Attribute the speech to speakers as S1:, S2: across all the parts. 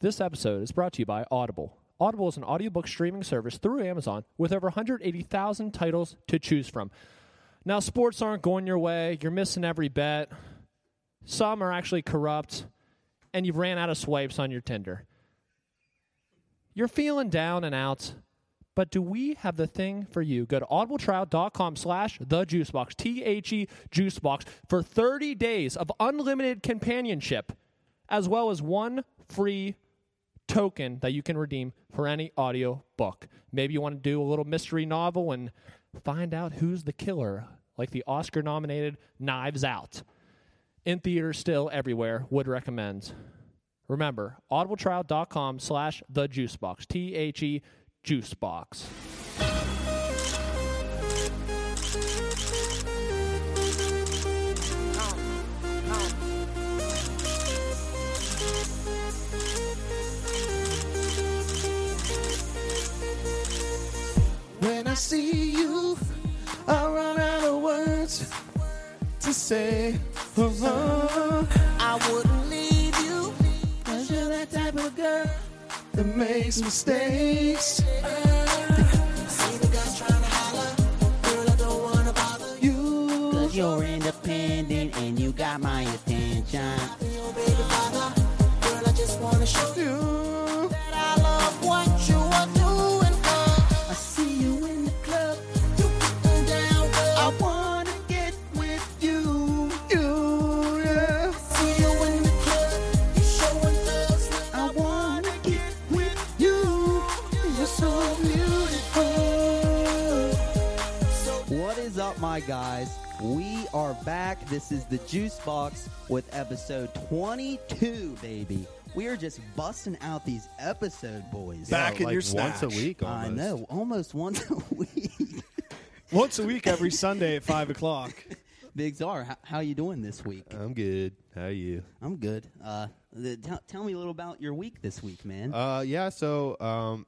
S1: This episode is brought to you by Audible. Audible is an audiobook streaming service through Amazon with over 180,000 titles to choose from. Now, sports aren't going your way, you're missing every bet, some are actually corrupt, and you've ran out of swipes on your Tinder. You're feeling down and out, but do we have the thing for you? Go to audibletrial.com slash the juicebox, T H E juicebox, for 30 days of unlimited companionship, as well as one free token that you can redeem for any audio book. Maybe you want to do a little mystery novel and find out who's the killer, like the Oscar nominated Knives Out. In theaters still everywhere, would recommend. Remember, audibletrial.com slash the juicebox, T H E juicebox.
S2: When I see you, I run out of words to say. Oh, oh,
S3: I wouldn't leave you.
S2: cause you're that type of girl that makes mistakes.
S3: See the guys trying to holler. Girl, I don't wanna bother you.
S2: You,
S4: Cause you're independent and you got my attention.
S3: Be your baby father. Girl, I just wanna show you
S2: you,
S3: that I love what you are doing for.
S4: I see you in the club.
S3: You getting down,
S4: I
S3: girl.
S4: wanna get with you.
S2: you, yeah.
S3: I see you in the club. You showing us when
S4: I wanna get with you. You're so beautiful. What is up, my guys? We are back. This is the Juice Box with episode 22, baby. We are just busting out these episode boys.
S2: Back in
S5: like
S2: your snatch.
S5: once a week. Almost.
S4: I know, almost once a week.
S5: Once a week every Sunday at five o'clock.
S4: Big Czar, how, how you doing this week?
S5: I'm good. How are you?
S4: I'm good. Uh, the, tell tell me a little about your week this week, man.
S5: Uh, yeah. So um,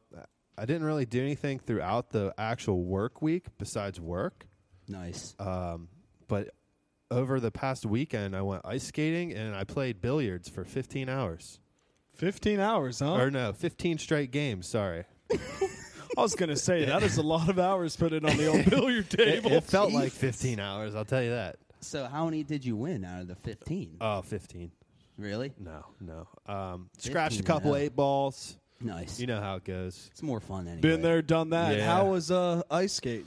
S5: I didn't really do anything throughout the actual work week besides work.
S4: nice.
S5: Um, but over the past weekend, I went ice skating and I played billiards for 15 hours.
S6: 15 hours, huh?
S5: Or no, 15 straight games. Sorry.
S6: I was going to say, that is a lot of hours put in on the old billiard
S5: It,
S6: table.
S5: it felt like
S4: Jesus.
S5: 15 hours. I'll tell you that.
S4: so, how many did you win out of the 15?
S5: Oh, 15.
S4: really?
S5: No, no. Um,
S4: 15
S5: scratched a
S4: and
S5: couple
S4: out.
S5: eight balls.
S4: Nice.
S5: You know how it goes.
S4: it's more fun anyway.
S6: Been there, done that.
S5: Yeah.
S6: How was uh, ice skating?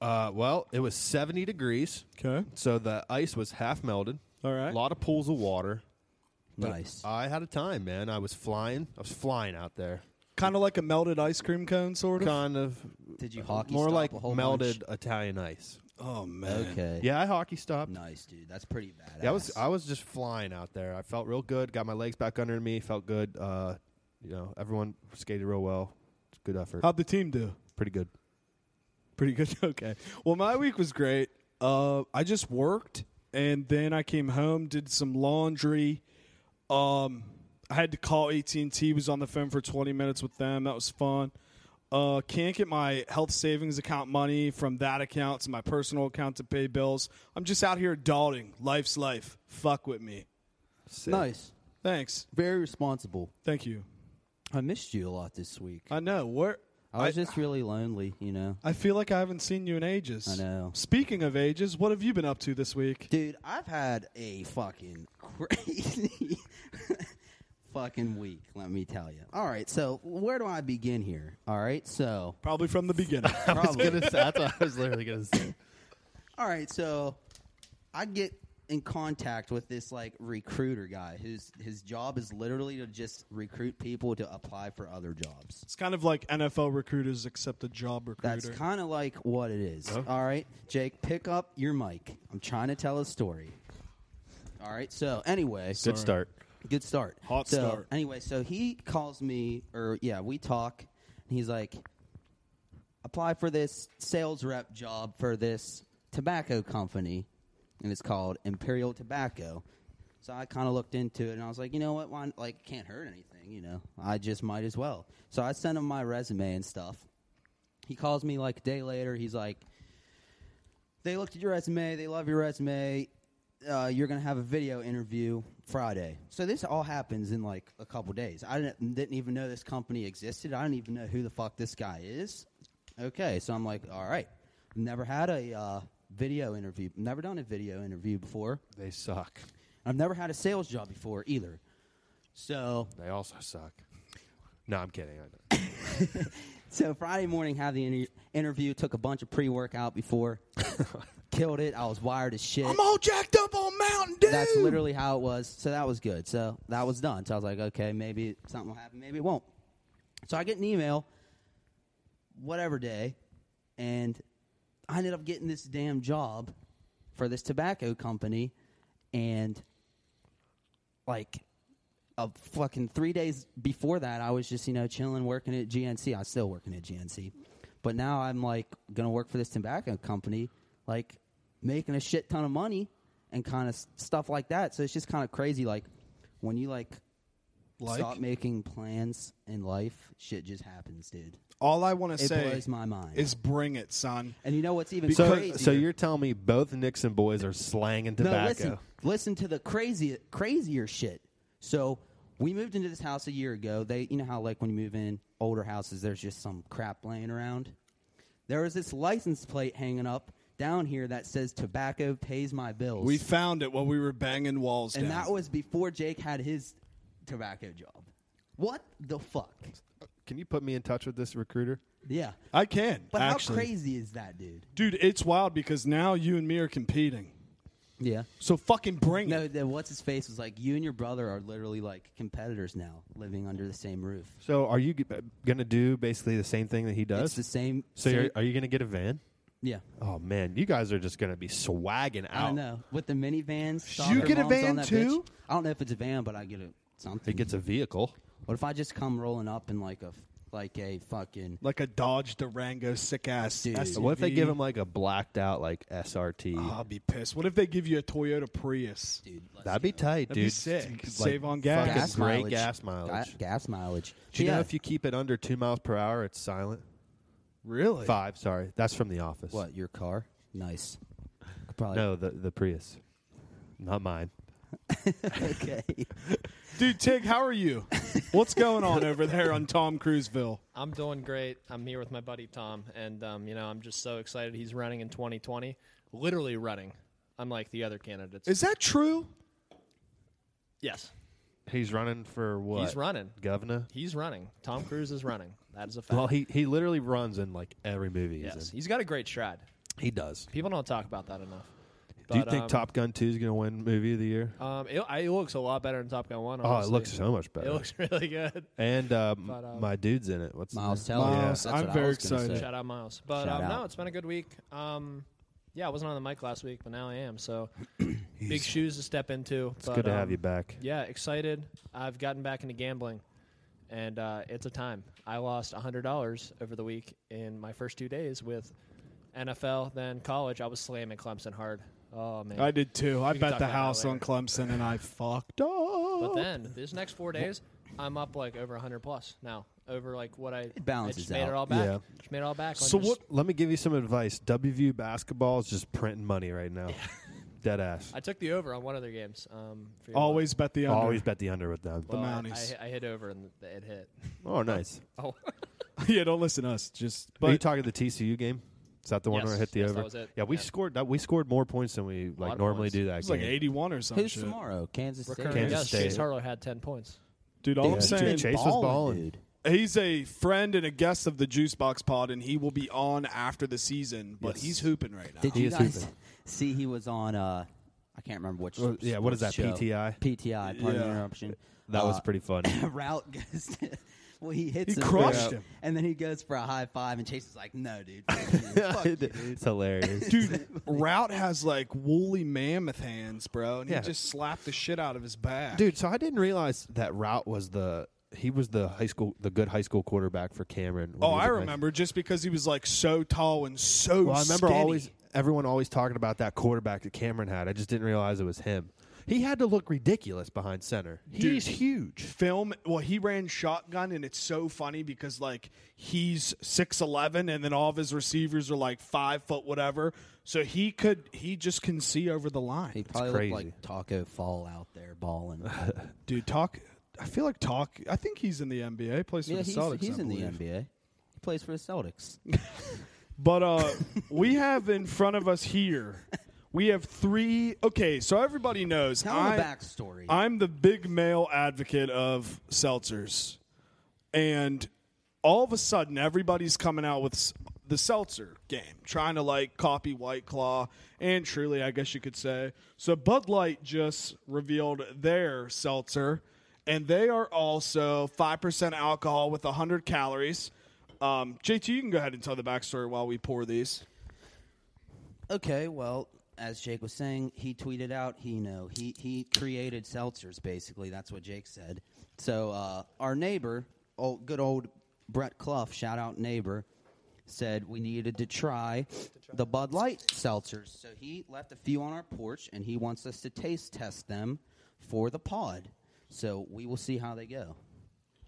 S5: Uh, well, it was 70 degrees.
S6: Okay.
S5: So the ice was half melted.
S6: All right.
S5: A lot of pools of water. But uh,
S4: Nice.
S5: I had a time, man. I was flying. I was flying out there.
S6: Kind of like a melted ice cream cone, sort of.
S5: Kind of.
S4: Did you hockey
S5: uh, More
S4: stop
S5: like
S4: a whole
S5: melted Italian ice.
S6: oh, man.
S4: bunch? Okay.
S5: Yeah, I hockey stopped.
S4: Nice, dude. That's pretty badass.
S5: Yeah, I was uh, I was just flying out there. I felt real good. Got my legs back under me. Felt good. Uh, you know, everyone skated real well. It's Good effort.
S6: How'd the team do?
S5: Pretty good.
S6: Pretty good. Okay. Well, my week was great. Uh, I just worked and then I came home, did some laundry. Um, I had to call AT and T. Was on the phone for twenty minutes with them. That was fun. Uh, can't get my health savings account money from that account to my personal account to pay bills. I'm just out here adulting. Life's life. Fuck with me.
S5: Sick.
S4: Nice.
S6: Thanks.
S4: Very responsible.
S6: Thank you.
S4: I missed you a lot this week. I,
S6: I know. Where
S4: was just really lonely, you know.
S6: I feel like I haven't seen you in ages.
S4: I know.
S6: Speaking of ages, what have you been up to this week?
S4: Dude, I've had a fucking crazy fucking week, let me tell you. All right, so where do I begin here? All right, so
S6: Probably from the beginning.
S5: I was gonna say. That's what I was literally gonna say.
S4: All right, so I get in contact with this like recruiter guy whose his job is literally to just recruit people to apply for other jobs.
S6: It's kind of like NFL recruiters, except a job recruiter.
S4: That's kind of like what it is.
S5: Oh.
S4: All right, Jake, pick up your mic. I'm trying to tell a story. All right, so anyway,
S5: Good start.
S4: Good start.
S6: Hot
S4: so,
S6: start.
S4: Anyway, so he calls me, or yeah, we talk, and he's like, apply for this sales rep job for this tobacco company, and it's called Imperial Tobacco. So I kind of looked into it, and I was like, you know what, why, like, can't hurt anything, you know. I just might as well. So I sent him my resume and stuff. He calls me like a day later. He's like, they looked at your resume. They love your resume. uh, you're going to have a video interview Friday. So this all happens in like a couple days. I didn't, didn't even know this company existed. I didn't even know who the fuck this guy is. Okay, so I'm like, all right. Never had a uh, video interview. Never done a video interview before.
S5: They suck.
S4: I've never had a sales job before either. So
S5: They also suck. No, I'm kidding. I know.
S4: So Friday morning, had the inter- interview. Took a bunch of pre-workout before, killed it. I was wired as shit.
S6: all jacked up on Mountain Dew.
S4: That's literally how it was. So that was good. So that was done. So I was like, okay, maybe something will happen. Maybe it won't. So I get an email, whatever day, and I ended up getting this damn job for this tobacco company, and like a fucking three days before that, I was just you know chilling, working at GNC. I was still working at GNC, but now I'm like gonna work for this tobacco company, like making a shit ton of money and kind of stuff like that. So it's just kind of crazy, like when you like, stop making plans in life, shit just happens, dude.
S6: All I want to
S4: It
S6: say
S4: blows my mind.
S6: is bring it, son.
S4: and you know what's even
S5: So,
S4: crazier?
S5: so you're telling me both Nixon boys are slanging tobacco?
S4: No, listen, listen to the crazy, crazier shit. So we moved into this house a year ago. They, you know how like when you move in older houses, there's just some crap laying around. There was this license plate hanging up down here that says "Tobacco pays my bills,"
S6: We found it while we were banging walls
S4: and
S6: down.
S4: that was before Jake had his tobacco job. What the fuck?
S5: Can you put me in touch with this recruiter?
S4: Yeah,
S6: I can.
S4: but
S6: actually.
S4: how crazy is that, dude?
S6: Dude, it's wild because now you and me are competing.
S4: Yeah.
S6: So fucking bring
S4: No,
S6: it.
S4: the, what's his face was like, you and your brother are literally like competitors now, living under the same roof.
S5: So are you g- gonna do basically the same thing that he does?
S4: It's the same.
S5: so you're, uh,
S4: same-
S5: are you gonna get a van?
S4: yeah.
S5: Oh man, you guys are just gonna be swagging
S4: I
S5: out.
S4: don't know. With the minivans,
S5: You
S4: soccer
S5: get a
S4: moms on
S5: van
S4: that
S5: too?
S4: bitch. I don't know if it's a van, but I get a
S5: He
S4: something.
S5: gets a vehicle.
S4: what if I just come rolling up in like a like a fucking
S6: Like a Dodge Durango, sick ass.
S4: Dude.
S6: SUV.
S5: What if they give him like a blacked out like SRT?
S6: Oh, I'll be pissed. What if they give you a Toyota Prius?
S4: dude? let's
S5: That'd be
S4: go.
S5: tight,
S6: That'd
S5: dude.
S6: be sick.
S5: Like,
S6: Save on gas.
S5: fucking
S6: Gas
S5: great gas mileage.
S4: Ga- gas mileage.
S5: Do you
S4: Yeah.
S5: know if you keep it under two miles per hour, it's silent?
S6: Really?
S5: Five, sorry. That's from The Office.
S4: what your car? Nice. Could Probably
S5: No, the, the Prius. Not mine.
S4: okay.
S6: Dude, Tig, how are you? What's going on over there on Tom Cruiseville?
S1: I'm doing great. I'm here with my buddy Tom, and um, you know I'm just so excited. He's running in 2020, literally running, unlike the other candidates.
S6: Is that true?
S1: yes,
S5: He's running for what?
S1: he's running.
S5: Governor?
S1: He's running. Tom Cruise is running. That is a fact.
S5: Well, he, he literally runs in like every movie he's
S1: yes,
S5: in.
S1: he's got a great stride.
S5: He does.
S1: People don't talk about that enough.
S5: Do you
S1: But,
S5: think
S1: um,
S5: Top Gun 2 is going to win Movie of the Year?
S1: Um, it, I- it looks a lot better than Top Gun One.
S5: oh, it
S1: honestly.
S5: looks so much
S1: It
S5: better.
S1: looks really good.
S5: and uh, m-
S1: But, um,
S5: my dude's in it. What's his
S4: Miles
S5: name?
S4: Teller.
S5: Miles,
S4: That's what
S6: I'm
S4: I
S6: very
S4: was gonna
S6: excited.
S4: say.
S1: Shout out Miles. But
S4: Shout
S1: um, no,
S4: out.
S1: it's been a good week. Um, yeah, I wasn't on the mic last week, but now I am. So big shoes to step into.
S5: It's good to have you back.
S1: um, Yeah, excited. I've gotten back into gambling, and uh, it's a time. I lost hundred dollars over the week in my first two days with NFL, then college. I was slamming Clemson hard. Oh man!
S6: I did too. I
S1: can
S6: bet
S1: talk
S6: the
S1: about that
S6: house on
S1: later.
S6: Clemson and I fucked up.
S1: But then this next four days, I'm up like over 100 plus now. Over like what I I
S4: balances
S1: just made
S4: out.
S1: it all back.
S5: Yeah.
S1: Just made it all back. on
S5: So
S1: just-
S5: what? Let me give you some advice. WVU basketball is just printing money right now. Dead ass.
S1: I took the over on one of their games. Um, for
S6: Always bet the under.
S5: Always bet the under with them.
S1: well, I-
S6: Mounties.
S1: I, I hit over and it hit.
S5: Oh, nice.
S1: Oh,
S6: yeah, don't listen to us. Just
S5: Are you
S6: but
S5: talking the TCU game? Is that the one
S1: Yes,
S5: where I hit the
S1: yes,
S5: over?
S1: that was it.
S5: Yeah, we
S1: Yeah.
S5: scored that. We scored more points than we
S1: lot
S5: like
S1: of
S5: normally
S1: points.
S5: do that
S6: it's
S5: game.
S6: like 81 or something.
S4: Who's tomorrow? Kansas State.
S1: recurring
S5: Kansas
S1: yes, Chase
S5: State.
S1: Harlow had 10 points.
S6: Dude, all
S5: Yeah,
S6: I'm
S5: dude,
S6: saying,
S5: Chase was balling.
S4: dude.
S6: he's a friend and a guest of the Juice Box Pod, and he will be on after the season. But
S5: Yes.
S6: he's hooping right now.
S4: Did
S5: He
S4: you
S5: is
S4: guys
S5: hooping.
S4: see he was on? uh I can't remember which.
S5: Well, yeah, what is
S4: sports
S5: that,
S4: show.
S5: PTI?
S4: PTI. Pardon the
S6: Yeah.
S4: interruption.
S5: that was
S4: Uh,
S5: pretty funny.
S4: route goes to, well, he hits
S6: He
S4: him,
S6: crushed
S4: yeah.
S6: him.
S4: and then he goes for a high five, and Chase is like, "No, dude, fuck you, dude."
S5: it's hilarious.
S6: Dude, Route has like woolly mammoth hands, bro, and
S5: Yeah.
S6: he just slapped the shit out of his back.
S5: Dude, so I didn't realize that Route was the he was the high school the good high school quarterback for Cameron. when
S6: oh,
S5: he was
S6: I
S5: in high-
S6: remember just because he was like so tall and so.
S5: Well, I remember
S6: skinny.
S5: always everyone always talking about that quarterback that Cameron had. I just didn't realize it was him. He had to look ridiculous behind center. He's
S6: Dude.
S5: huge.
S6: film well he ran shotgun and it's so funny because like he's 6'11 and then all of his receivers are like 5 foot whatever so he could he just can see over the line
S4: He probably
S5: crazy.
S4: looked like Taco Fall out there balling.
S6: dude talk i feel like talk i think he's in the nba plays for
S4: yeah,
S6: the
S4: he's,
S6: celtics
S4: he's
S6: I
S4: in the
S6: believe.
S4: NBA. He plays for the Celtics.
S6: But uh, we have in front of us here, we have three. Okay, so everybody knows
S4: Tell
S6: I,
S4: him the backstory.
S6: I'm the big male advocate of seltzers, and all of a sudden, everybody's coming out with s- the seltzer game, trying to like copy White Claw and Truly, I guess you could say. So Bud Light just revealed their seltzer, and they are also five percent alcohol with hundred calories. Um, JT, you can go ahead and tell the backstory while we pour these.
S4: Okay, well, as Jake was saying, he tweeted out, he you know, he he created seltzers basically. That's what Jake said. So uh, our neighbor, old good old Brett Clough, shout out neighbor, said we needed to try the Bud Light seltzers. So he left a few on our porch, and he wants us to taste test them for the pod. So we will see how they go.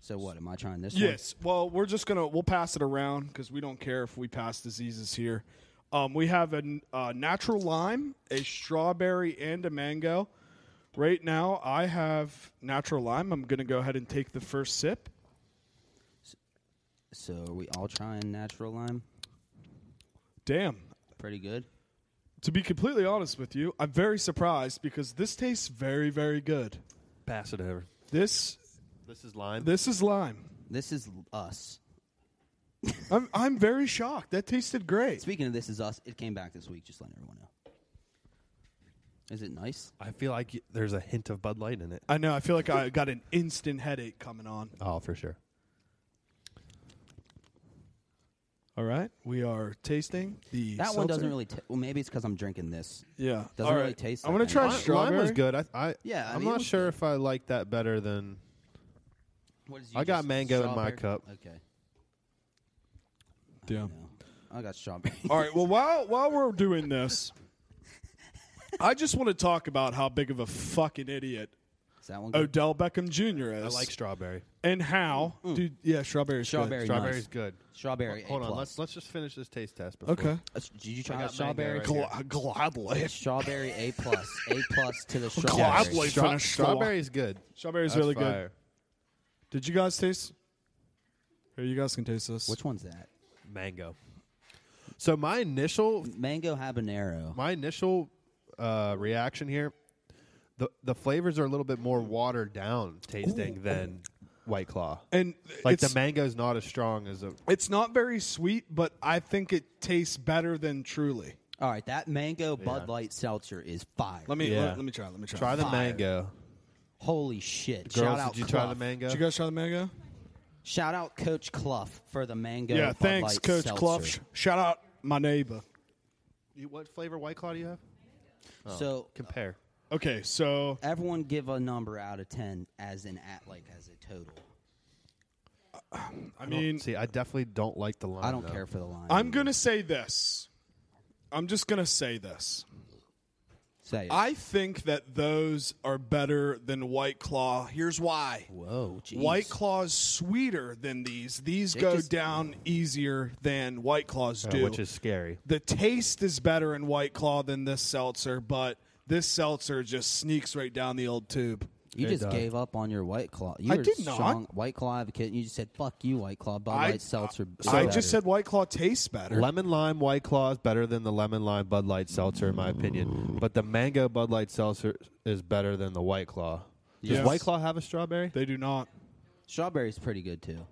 S4: So what am I trying this? one?
S6: Yes. Well, we're just gonna we'll pass it around because we don't care if we pass diseases here. Um, we have a n- uh, natural lime, a strawberry, and a mango. Right now, I have natural lime. I'm gonna go ahead and take the first sip.
S4: So are we all trying natural lime?
S6: Damn.
S4: Pretty good.
S6: To be completely honest with you, I'm very surprised because this tastes very, very good.
S5: Pass it over.
S6: This
S5: This is lime.
S6: this is lime.
S4: This is us.
S6: I'm I'm very shocked. That tasted great.
S4: Speaking of this is us, it came back this week. Just letting everyone know. Is it nice?
S5: I feel like y- there's a hint of Bud Light in it.
S6: I know. I feel like I got an instant headache coming on.
S5: Oh, for sure.
S6: All right, we are tasting the.
S4: That one doesn't
S6: seltzer.
S4: really. T- well, maybe it's because I'm drinking this.
S6: Yeah,
S4: Doesn't
S6: All
S4: really
S6: right.
S4: taste
S6: I'm
S4: that
S6: gonna
S4: nice.
S6: try
S4: Lime-
S6: strawberry.
S5: Lime was good. I, I
S4: Yeah, I
S5: I'm
S4: mean, it
S5: not
S4: was
S5: sure
S4: good.
S5: if I like that better than
S4: What is
S5: I got mango in my cup.
S4: Okay.
S6: Yeah.
S4: No, I got strawberry.
S6: All right. Well, while while we're doing this, I just want to talk about how big of a fucking idiot
S4: Is that one good?
S5: Oh,
S6: Odell Beckham Jr. is.
S5: I like strawberry.
S6: and how, dude? Yeah, strawberry.
S4: Strawberry. Very
S5: Strawberry's
S4: nice.
S5: good.
S4: Strawberry.
S5: Hold
S4: A
S5: on,
S4: plus.
S5: let's let's just finish this taste test. Before.
S6: Okay.
S4: Uh, s- Did you
S5: I
S4: try
S5: got
S4: the strawberry?
S5: mango
S6: Gl-
S5: right
S6: gladly.
S4: Strawberry A plus. A plus to the
S6: I'd
S4: strawberry.
S6: like-
S5: Stra-
S6: finish the-
S5: strawberry's good.
S6: Strawberry's
S5: That's
S6: really good.
S5: fire.
S6: Did you guys taste? Here, you guys can taste this.
S4: Which one's that?
S5: Mango. So my initial
S4: Mango habanero.
S5: my initial uh, reaction here, the the flavors are a little bit more watered down tasting than White Claw.
S6: And
S5: Like
S6: it's,
S5: the mango's not as strong as a.
S6: it's not very sweet, but I think it tastes better than Truly.
S4: All right, that mango Bud Light seltzer is fire.
S6: Let me
S5: Yeah.
S6: let, let me try. Let me try.
S5: Try the
S4: Fire.
S5: mango.
S4: Holy shit! Shout
S5: Girls,
S4: out
S5: did you try
S4: Clough.
S5: the mango?
S6: Did you guys try the mango?
S4: Shout out Coach Clough for the mango.
S6: yeah.
S4: Bud
S6: Thanks,
S4: Light
S6: Coach
S4: seltzer.
S6: Clough. Sh- Shout out my neighbor.
S5: You- what flavor White Claw do you have?
S4: So uh,
S5: Compare.
S6: Okay, so
S4: everyone give a number out of 10 as an at like as a total
S6: I
S5: I don't-
S6: mean,
S5: see, I definitely don't like the lime.
S4: i don't
S5: though.
S4: care for the line
S6: I'm going to say this. I'm just going to say this.
S4: say it.
S6: I think that those are better than White Claw. Here's why.
S4: whoa jeez.
S6: White Claw's sweeter than these. These go
S4: just-
S6: down easier than White Claws
S5: Uh,
S6: do.
S5: which is scary.
S6: the taste is better in White Claw than this seltzer, but this seltzer just sneaks right down the old tube.
S4: you
S5: It
S4: just
S5: does.
S4: gave up on your white claw you
S6: I
S4: were
S6: did not.
S4: strong white claw advocate and you just said fuck you white claw Bud
S6: I-
S4: light seltzer is
S6: I
S4: better."
S6: just said White Claw tastes better.
S5: Lemon lime White Claw is better than the lemon lime Bud Light seltzer, in my opinion. But the mango Bud Light seltzer is better than the White Claw. Does
S6: Yes.
S5: White Claw have a strawberry?
S6: they do not.
S4: strawberry's pretty good too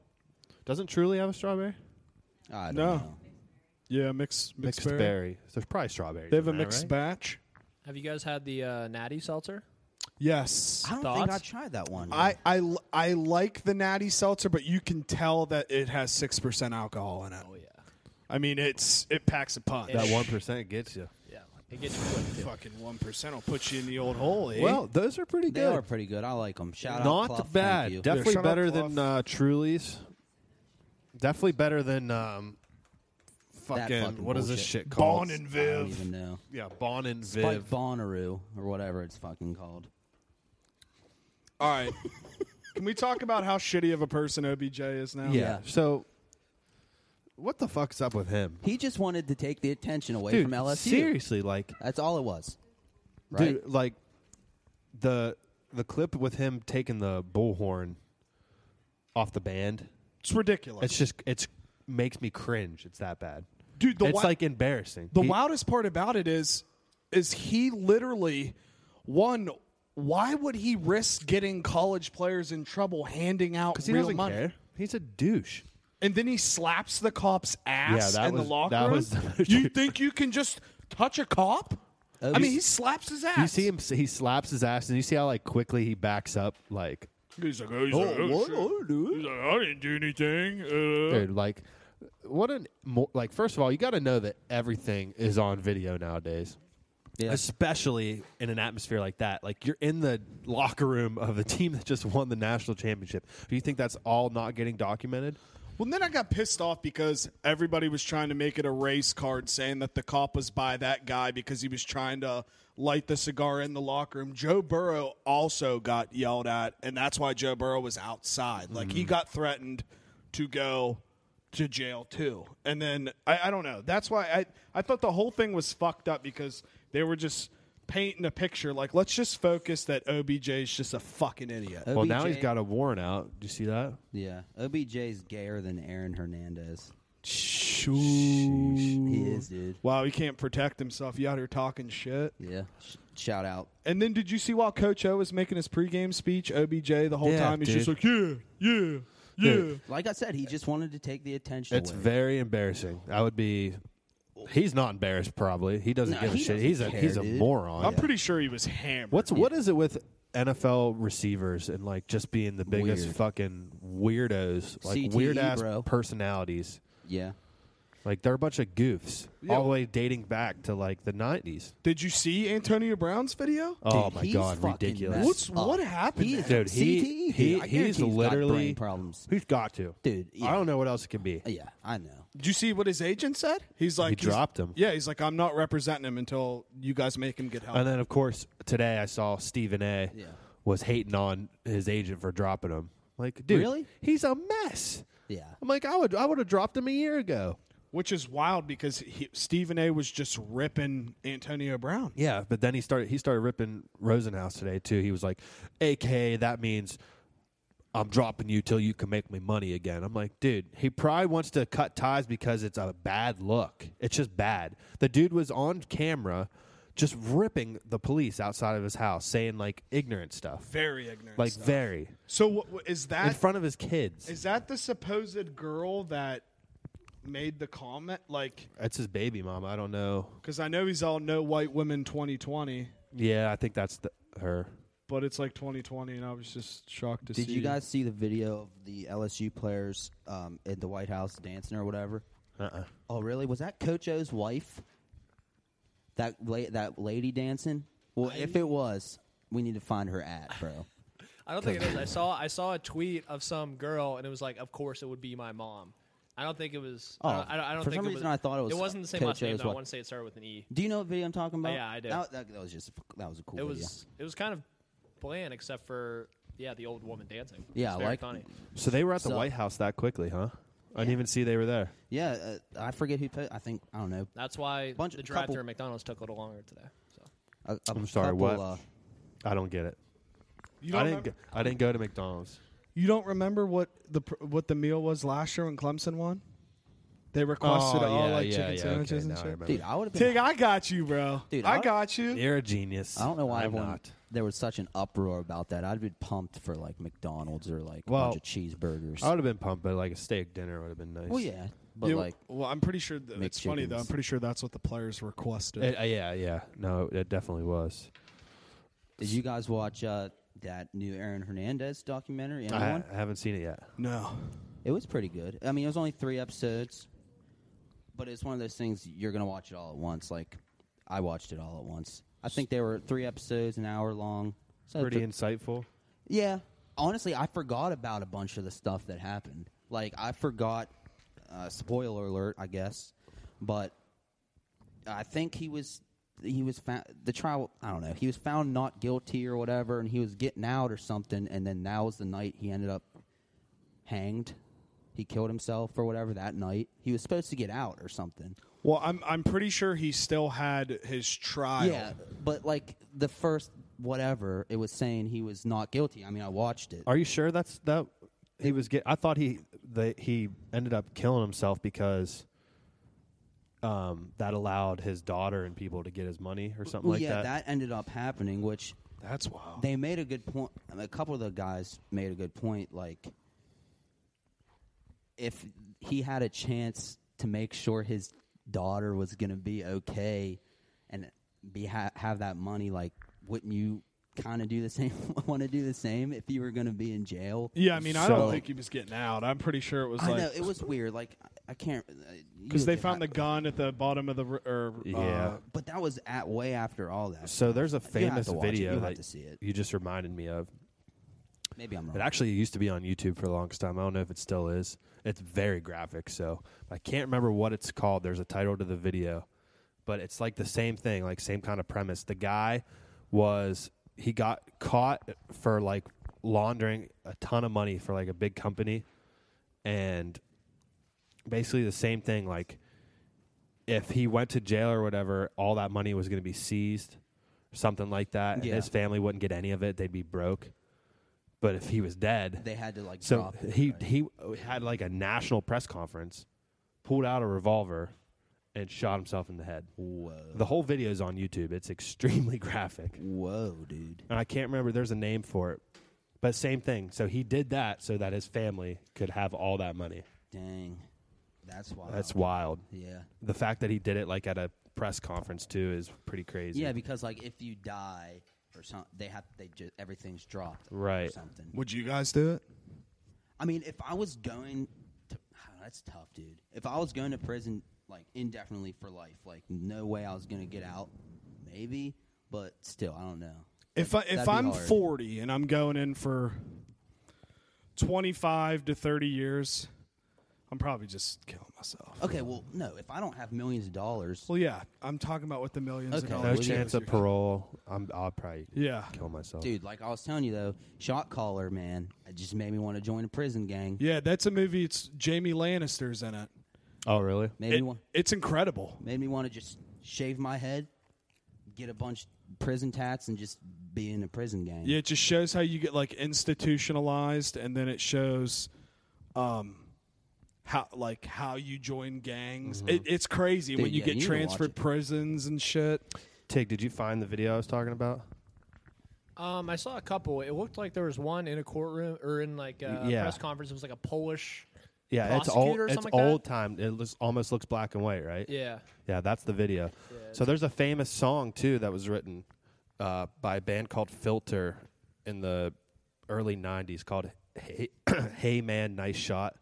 S5: Doesn't Truly have a strawberry?
S4: i don't
S6: No.
S4: know
S6: Yeah, mixed mixed,
S5: Mixed
S6: berry.
S5: berry. So there's probably strawberries.
S6: They have a
S5: in there,
S6: mixed
S5: right?
S6: batch.
S1: Have you guys had the uh, natty seltzer?
S6: Yes.
S4: i don't think i
S1: Thoughts?
S4: tried that one
S6: I, I, l- I like the natty seltzer, but you can tell that it has six percent alcohol in it.
S1: Oh yeah,
S6: I mean, it's it packs a punch.
S5: That one percent gets you.
S1: yeah. It gets you quick too.
S6: fucking one percent will put you in the old hole. Eh?
S5: Well, those are pretty
S4: they
S5: good.
S4: are pretty good i like them shout out
S5: Not
S4: Clough, thank
S5: bad.
S4: you.
S5: Definitely
S6: shout out
S5: better than
S6: Clough.
S5: uh, Truly's. Definitely better than um, fucking,
S4: fucking
S5: what is this
S4: bullshit.
S5: shit called?
S6: Bon and
S4: I don't
S6: Viv.
S4: even know.
S5: Yeah, Bon and Viv.
S4: Spike Bonnaroo or whatever it's fucking called.
S6: All right. Can we talk about how shitty of a person OBJ is now?
S5: yeah.
S4: Yeah.
S5: So, what the fuck's up with him?
S4: He just wanted to take the attention away
S5: Dude,
S4: from LSU.
S5: seriously, like,
S4: That's all it was. Right?
S5: dude, like the the clip with him taking the bullhorn off the band.
S6: It's ridiculous.
S5: It's just it's makes me cringe. It's that bad.
S6: Dude, the
S5: it's
S6: wi-
S5: like embarrassing.
S6: the
S5: He-
S6: wildest part about it is is he literally one why would he risk getting college players in trouble handing out
S5: 'cause he
S6: real
S5: doesn't
S6: money?
S5: care. He's a douche.
S6: And then he slaps the cop's ass
S5: Yeah, that
S6: in
S5: was-
S6: the locker
S5: that
S6: room.
S5: was the-
S6: you think you can just touch a cop? I mean, he slaps his ass.
S5: You see him. He slaps his ass, and you see how like quickly he backs up. Like,
S6: He's like, oh, he's like, oh, shit." He's like, I didn't do anything. Uh,
S5: dude, like, what an mo- like. First of all, you got to know that everything is on video nowadays.
S4: Yeah.
S5: Especially in an atmosphere like that, like you're in the locker room of the team that just won the national championship. Do you think that's all not getting documented?
S6: Well, then I got pissed off because everybody was trying to make it a race card, saying that the cop was by that guy because he was trying to light the cigar in the locker room. Joe Burrow also got yelled at, and that's why Joe Burrow was outside. Like he got threatened to go to jail too. And then I, I don't know. That's why I I thought the whole thing was fucked up because they were just painting a picture. Like let's just focus that OBJ is just a fucking idiot.
S5: Well, now
S4: OBJ
S5: he's got a warrant out. Do you see that?
S4: Yeah. OBJ's gayer than Aaron Hernandez.
S6: Shoo.
S4: He is, dude.
S6: Wow, he can't protect himself. You out here talking shit.
S4: Yeah. Sh- Shout out.
S6: And then did you see while Coach O was making his pregame speech, OBJ the whole
S5: Yeah,
S6: time he's just
S5: dude.
S6: like, yeah, yeah, yeah.
S5: Dude,
S4: Like I said, he just wanted to take the attention
S5: It's
S4: away.
S5: very embarrassing. I would be. He's not embarrassed. Probably he doesn't
S4: No,
S5: give a
S4: he
S5: shit.
S4: doesn't
S5: He's a
S4: care,
S5: he's a
S4: dude.
S5: moron.
S6: I'm pretty sure he was hammered.
S5: What's Oh, what is it with NFL receivers and like just being the biggest
S4: Weird.
S5: fucking weirdos, like
S4: CTE,
S5: weird ass
S4: bro.
S5: personalities?
S4: yeah.
S5: Like they're a bunch of goofs, all the way dating back to like the nineties.
S6: Did you see Antonio Brown's video?
S5: Oh
S4: Dude,
S5: my
S4: he's
S5: god,
S4: fucking
S5: ridiculous!
S4: messed
S6: What's- what
S4: up.
S6: happened
S4: He
S6: there?
S4: is
S5: Dude, he-
S4: CTE,
S5: he-
S4: E, dude. I guarantee
S5: he's
S4: got
S5: literally-
S4: brain problems.
S5: He's got to,
S4: Dude, yeah.
S5: I don't know what else it can be.
S4: Yeah, I know.
S6: Did you see what his agent said? He's like he's-
S5: dropped him.
S6: Yeah, he's like, I'm not representing him until you guys make him get help.
S5: And then of course today I saw Stephen A.
S4: Yeah.
S5: was hating on his agent for dropping him. Like, dude,
S4: Really?
S5: He's a mess.
S4: Yeah.
S5: I'm like, I would I would have dropped him a year ago.
S6: Which is wild because he, Stephen A was just ripping Antonio Brown.
S5: Yeah, but then he started he started ripping Rosenhaus today too. He was like, "AK, that means I'm dropping you till you can make me money again." I'm like, dude, he probably wants to cut ties because it's a bad look. It's just bad. The dude was on camera just ripping the police outside of his house, saying like ignorant stuff,
S6: Very ignorant.
S5: like
S6: stuff.
S5: very
S6: So what, what- is that
S5: in front of his kids.
S6: Is that the supposed girl that made the comment? Like,
S5: That's his baby mom. I don't know.
S6: because I know he's all no white women 2020,
S5: Yeah, I think that's the, her.
S6: but it's like 2020, and I was just shocked to see.
S4: Did you guys see the video of the LSU players um, at the White House dancing or whatever?
S5: Uh-uh.
S4: Oh, really? Was that Coach O's wife? That la- that lady dancing? Well, if it was, we need to find her at, bro.
S1: I don't think it is. I saw I saw a tweet of some girl, and it was like, "Of course, it would be my mom." I don't think it was. I don't,
S4: Oh,
S1: I don't, I don't
S4: for
S1: think
S4: some
S1: it was,
S4: reason I thought it was
S1: It wasn't the same
S4: Coach
S1: last name.
S4: O's
S1: Though. I
S4: wife.
S1: want to say it started with an E.
S4: Do you know what video I'm talking about?
S1: Yeah, I do.
S4: That, that, that was just a f- that was a cool
S1: It
S4: video.
S1: was it was kind of bland, except for yeah, the old woman dancing.
S4: Yeah,
S1: It's very
S4: like-
S1: funny.
S5: So they were at the
S4: So-
S5: White House that quickly, huh? I didn't even see they were there.
S4: Yeah, uh, I forget who. Po- I think I don't know.
S1: That's why
S4: Bunch-
S1: the
S4: a couple-
S1: drive-through at McDonald's took a little longer today. So
S4: i
S5: I'm sorry,
S4: Couple,
S5: what?
S4: Uh,
S5: I don't get it.
S6: You
S5: I
S6: don't,
S5: didn't.
S6: remember,
S5: Go, I didn't go to McDonald's.
S6: you don't remember what the pr- what the meal was last year when Clemson won? They
S4: Oh,
S6: requested all like chicken sandwiches and shit.
S4: dude, I would have been.
S6: Tig, I got you, bro.
S4: Dude,
S6: I
S4: I-
S6: got you.
S5: You're a genius.
S4: I don't know why
S5: I'm
S4: everyone,
S5: not.
S4: there was such an uproar about that. I'd been pumped for like McDonald's or like a
S5: Well,
S4: bunch of cheeseburgers.
S5: I would have been pumped, but like a steak dinner would have been nice.
S4: well, Oh, yeah, but
S6: You-
S4: like
S6: well, I'm pretty sure that it's funny though.
S4: McChickens.
S6: I'm pretty sure that's what the players requested.
S5: It- uh, yeah, yeah. No, it definitely was.
S4: Did you guys watch uh, that new Aaron Hernandez documentary?
S5: I,
S4: Anyone?
S5: I haven't seen it yet.
S6: no,
S4: it was pretty good. I mean, it was only three episodes, but it's one of those things you're gonna watch it all at once. Like I watched it all at once. I think there were three episodes, an hour long. So
S5: Pretty
S4: th-
S5: insightful.
S4: yeah. Honestly, I forgot about a bunch of the stuff that happened. Like I forgot. Uh, spoiler alert, I guess. but I think he was he was found the trial. I don't know. He was found not guilty or whatever, and he was getting out or something. And then that was the night he ended up hanged. He killed himself or whatever that night. He was supposed to get out or something.
S6: Well, I'm I'm pretty sure he still had his trial.
S4: Yeah, but like the first whatever, it was saying he was not guilty. I mean, I watched it.
S5: Are you sure that's that he was get I thought he that he ended up killing himself because um that allowed his daughter and people to get his money or something
S4: Well,
S5: like
S4: yeah,
S5: that.
S4: ended up happening, which
S6: That's wild.
S4: they made a good point. I mean, a couple of the guys made a good point. Like, if he had a chance to make sure his daughter was going to be okay and be ha- have that money, like, wouldn't you kind of do the same? Want to do the same if you were going to be in jail?
S6: Yeah, I mean, I
S5: So-
S6: don't think he was getting out. I'm pretty sure it was
S4: I
S6: like
S4: know it was weird. Like, I- I can't uh,
S6: because they found the gun at the bottom of the r- or uh,
S5: Yeah.
S4: But that was at way after all that.
S5: So there's a
S4: have
S5: famous
S4: to watch it. You
S5: video
S4: have
S5: that
S4: to see it.
S5: you just reminded me of.
S4: Maybe I'm wrong.
S5: It actually used to be on YouTube for the longest time. I don't know if it still is. It's very graphic, so I can't remember what it's called. There's a title to the video, but it's like the same thing, like same kind of premise. The guy was he got caught for like laundering a ton of money for like a big company and basically the same thing like if he went to jail or whatever, all that money was going to be seized, something like that. and
S4: Yeah.
S5: his family wouldn't get any of it; they'd be broke. But if he was dead,
S4: they had to like
S5: so
S4: drop it,
S5: he
S4: right?
S5: he had like a national press conference, pulled out a revolver, and shot himself in the head.
S4: Whoa.
S5: The whole video is on YouTube. It's extremely graphic,
S4: Whoa, dude.
S5: and I can't remember. There's a name for it, but same thing. So he did that so that his family could have all that money.
S4: Dang. That's wild.
S5: That's wild.
S4: Yeah.
S5: The fact that he did it like at a press conference too is pretty crazy.
S4: Yeah, because like if you die or something, they have they just everything's dropped. Or
S5: Right.
S4: something.
S6: Would you guys do it?
S4: I mean, if I was going to ah, that's tough, dude. If I was going to prison like indefinitely for life, like no way I was going to get out. Maybe, but still, I don't know.
S6: If I,
S4: That'd
S6: if
S4: be
S6: I'm
S4: hard.
S6: 40 and I'm going in for 25 to 30 years, I'm probably just killing myself.
S4: Okay, well, no, if I don't have millions of dollars,
S6: Well, yeah, I'm talking about with the millions
S4: Okay.
S6: of
S4: No
S5: No
S6: dollars.
S4: Would you-
S5: chance of parole. I'm, I'll probably
S6: Yeah.
S5: kill myself.
S4: dude, like I was telling you though, shot caller, man, it just made me want to join a prison gang.
S6: Yeah, that's a movie. It's Jamie Lannister's in it.
S5: Oh, really?
S4: Made me
S6: it
S4: want
S6: it's incredible.
S4: made me want to just shave my head, get a bunch prison tats, and just be in a prison gang.
S6: Yeah, it just shows how you get like institutionalized, and then it shows, um, how like how you join gangs. It, it's crazy
S4: Mm-hmm. Dude,
S6: when you
S4: yeah, you
S6: get
S4: need to watch
S6: transferred
S4: it.
S6: prisons and shit.
S5: Tig, did you find the video I was talking about?
S1: Um, I saw a couple. It looked like there was one in a courtroom or in like a
S5: Yeah.
S1: press conference. It was like a Polish.
S5: Yeah, it's
S1: Prosecutor
S5: old.
S1: or
S5: It's
S1: something like that?
S5: old time. It looks, almost looks black and white, right?
S1: Yeah.
S5: Yeah, that's the video. so there's a famous song too that was written uh, by a band called Filter in the early '90s called "Hey, hey Man, Nice Shot."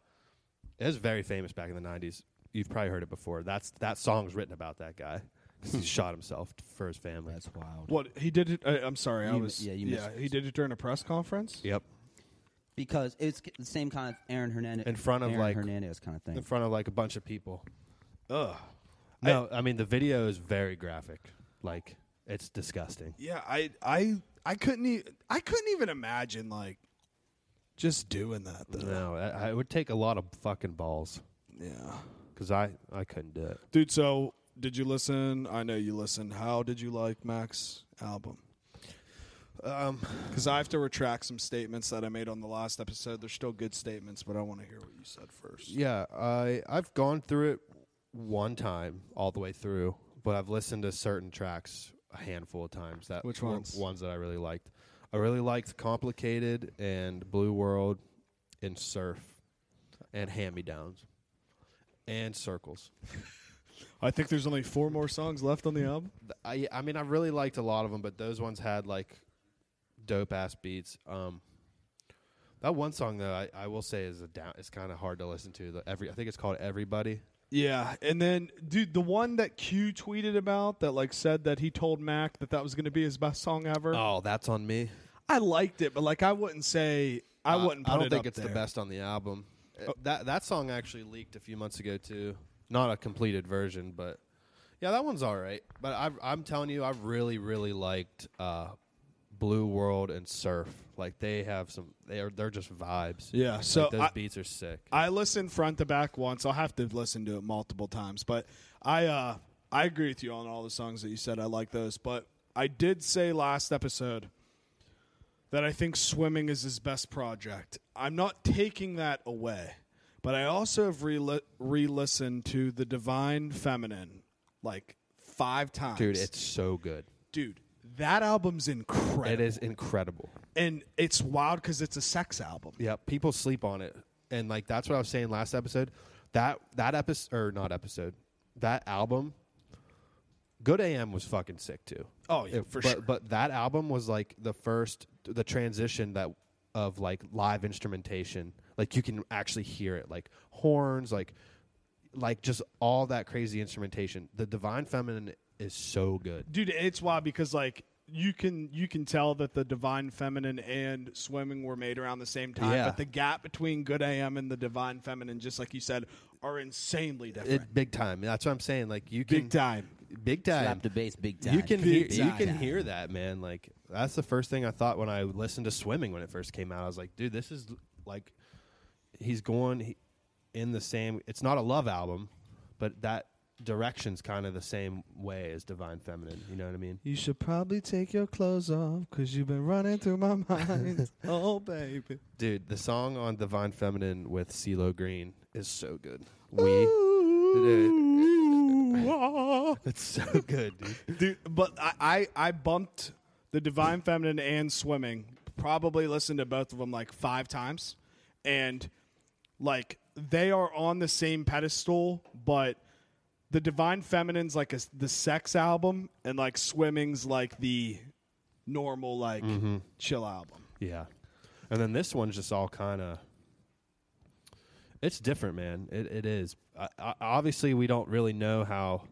S5: It was very famous back in the '90s. You've probably heard it before. That's that song's written about that guy 'cause he shot himself t- for his family.
S4: that's wild.
S6: What he did? It, uh, I'm sorry, I
S4: You-
S6: was.
S4: yeah,
S6: Yeah,
S4: you missed it.
S6: he did it during a press conference.
S5: yep,
S4: Because it's the same kind of Aaron Hernandez
S5: In front of,
S4: Aaron
S5: like-
S4: Hernandez kind of thing.
S5: in front of like a bunch of people. Ugh. No, I, mean the video is very graphic. Like it's disgusting.
S6: Yeah, I I I couldn't e- I couldn't even imagine like just doing that though.
S5: No, I, I would take a lot of fucking balls
S6: Yeah.
S5: because I I couldn't do it.
S6: Dude, so did you listen? I know you listened. How did you like Mac's album?
S5: Um,
S6: Because I have to retract some statements that I made on the last episode. They're still good statements, but I want to hear what you said first.
S5: Yeah, I I've gone through it one time all the way through, but I've listened to certain tracks a handful of times. That
S6: Which
S5: were
S6: ones?
S5: Ones that I really liked. I really liked "Complicated" and "Blue World" and "Surf" and "Hand Me Downs" and "Circles."
S6: I think there's only four more songs left on the album.
S5: Th- I I mean I really liked a lot of them, but those ones had like dope ass beats. Um, that one song though, I, I will say is a down. It's kind of hard to listen to. The every I think it's called "Everybody."
S6: Yeah, and then dude, the one that Q tweeted about that like said that he told Mac that that was going to be his best song ever.
S5: Oh, that's on me.
S6: I liked it, but like I wouldn't say I
S5: Uh,
S6: wouldn't. Put
S5: I don't
S6: it
S5: think
S6: up
S5: it's the
S6: there.
S5: Oh. best on the album. Uh, That that song actually leaked a few months ago too. Not a completed version, but yeah, that one's all right. But I, I'm telling you, I really, really liked uh, Blue World and Surf. Like they have some, they are they're just vibes.
S6: Yeah,
S5: Like,
S6: so
S5: those
S6: I-
S5: beats are sick.
S6: I listened front to back once. I'll have to listen to it multiple times, but I uh I agree with you on all the songs that you said. I like those, but I did say last episode that I think swimming is his best project. I'm not taking that away, but I also have re re-listened to the Divine Feminine like five times,
S5: Dude, it's so good.
S6: dude. That album's incredible,
S5: It is incredible.
S6: and it's wild because it's a sex album.
S5: Yeah, people sleep on it, and like that's what I was saying last episode. That that episode or not episode, that album. Good AM was fucking sick too.
S6: Oh, yeah, for
S5: but,
S6: sure.
S5: But that album was like the first, the transition that of like live instrumentation. Like you can actually hear it, like horns, like like just all that crazy instrumentation. The Divine Feminine is so good.
S6: dude it's wild because like you can you can tell that the divine feminine and swimming were made around the same time
S5: Yeah.
S6: but the gap between good am and the divine feminine just like you said are insanely different
S5: It, big time. That's what I'm saying. Like you can
S6: big time
S5: big time.
S4: Slap the bass big time.
S5: You can hear,
S6: Big
S5: you
S6: time.
S5: can hear that, man. Like that's the first thing I thought when I listened to Swimming when it first came out. I was like, dude, this is like he's going he- in the same. It's not a love album, but that direction's kind of the same way as Divine Feminine. You know what I mean?
S2: You should probably take your clothes off because you've been running through my mind. oh, baby.
S5: Dude, the song on Divine Feminine with CeeLo Green is so good. We. It's so good, dude.
S6: dude but I, I i bumped the divine feminine and swimming probably listened to both of them like five times and like they are on the same pedestal but the divine feminine's like a s the sex album and like swimming's like the normal like
S5: Mm-hmm.
S6: chill album
S5: Yeah. And then this one's just all kind of. It's different, man. It, it is. I, I, obviously, we don't really know how.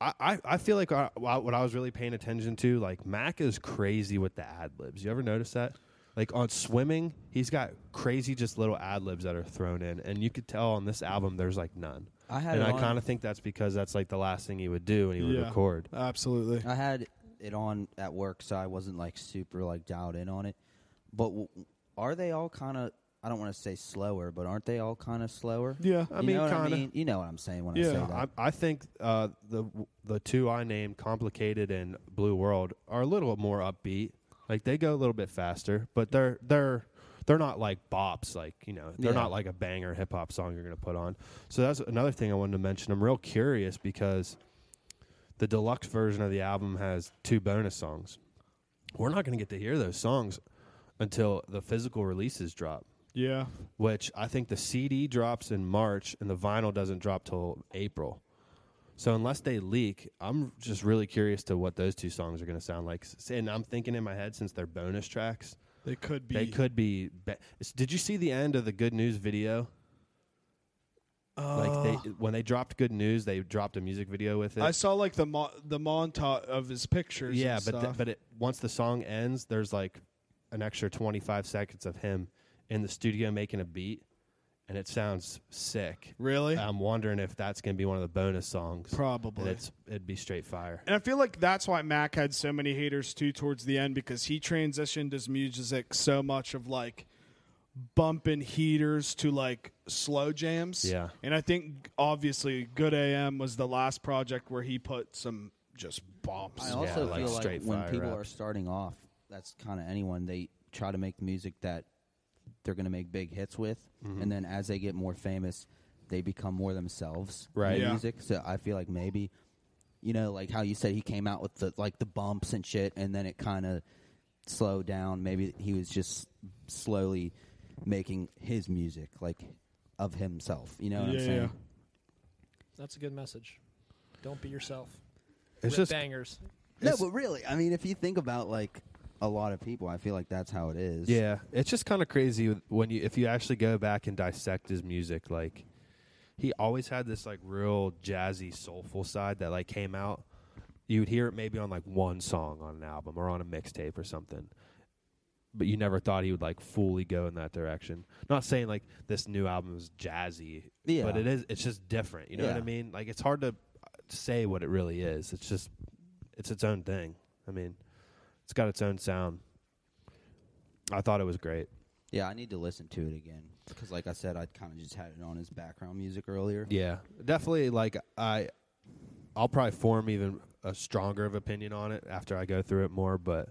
S5: I, I, I feel like I, what I was really paying attention to, like, Mac is crazy with the ad libs. You ever notice that? Like, on swimming, he's got crazy just little ad libs that are thrown in. And you could tell on this album, there's like none.
S4: I had
S5: and
S4: it
S5: I
S4: on-
S5: kind of think that's because that's like the last thing he would do when he would record.
S6: absolutely
S4: I had it on at work, so I wasn't like super like dialed in on it. But w- are they all kind of? I don't want to say slower, but aren't they all kind of slower?
S6: yeah
S5: I
S4: you
S5: mean,
S4: know what
S5: kinda.
S4: I mean. You know what I'm saying when I
S6: Yeah.
S4: say
S6: No,
S4: that.
S5: I, I think uh, the the two I named, complicated and Blue World, are a little more upbeat. Like they go a little bit faster, but they're they're they're not like bops. Like you know, they're
S4: Yeah.
S5: not like a banger hip hop song you're gonna put on. So that's another thing I wanted to mention. I'm real curious because the deluxe version of the album has two bonus songs. We're not gonna get to hear those songs until the physical releases drop
S6: yeah
S5: which I think the CD drops in March and the vinyl doesn't drop till April. So unless they leak, I'm just really curious to what those two songs are going to sound like. S- And I'm thinking in my head since they're bonus tracks,
S6: they could be
S5: they could be. Ba- S- Did you see the end of the Good News video? like they when they dropped Good News, they dropped a music video with it.
S6: Uh. i saw like the mo- the montage of his pictures
S5: yeah,
S6: and
S5: but th-
S6: stuff.
S5: but it, once the song ends, there's like an extra 25 seconds of him in the studio making a beat, and it sounds sick.
S6: really
S5: I'm wondering if that's going to be one of the bonus songs. And
S6: probably
S5: it's it'd be straight fire.
S6: And I feel like that's why Mac had so many haters too towards the end because he transitioned his music so much of like bumping heaters to like slow jams.
S5: Yeah.
S6: And I think obviously Good AM was the last project where he put some just bumps.
S4: I also
S5: like
S4: feel like
S5: straight
S4: when
S5: fire
S4: people
S5: raps.
S4: are starting off, that's kind of anyone. They try to make music that they're going to make big hits with,
S5: Mm-hmm.
S4: and then as they get more famous, they become more themselves. in
S5: Right.
S4: their
S6: Yeah.
S4: Music. So I feel like maybe, you know, like how you said he came out with the like the bumps and shit, and then it kind of slowed down. Maybe he was just slowly making his music, like of himself. You know what
S6: Yeah,
S4: I'm saying?
S6: yeah.
S1: That's a good message. Don't be yourself.
S5: It's
S1: Rip
S5: just
S1: bangers.
S4: No,
S5: It's-
S4: but really, I mean, if you think about like a lot of people, I feel like that's how it is.
S5: yeah, it's just kind of crazy with- when you if you actually go back and dissect his music. Like he always had this like real jazzy, soulful side that like came out. You would hear it maybe on like one song on an album or on a mixtape or something. but you never thought he would like fully go in that direction. Not saying like this new album is jazzy,
S4: Yeah.
S5: but it is. It's just different. You know what I
S4: Yeah.
S5: mean? Like it's hard to uh, say what it really is. It's just it's its own thing. I mean, it's got its own sound. I thought it was great.
S4: Yeah, I need to listen to it again because, like I said, I kind of just had it on as background music earlier.
S5: Yeah, definitely. Like I, I'll probably form even a stronger of opinion on it after I go through it more. But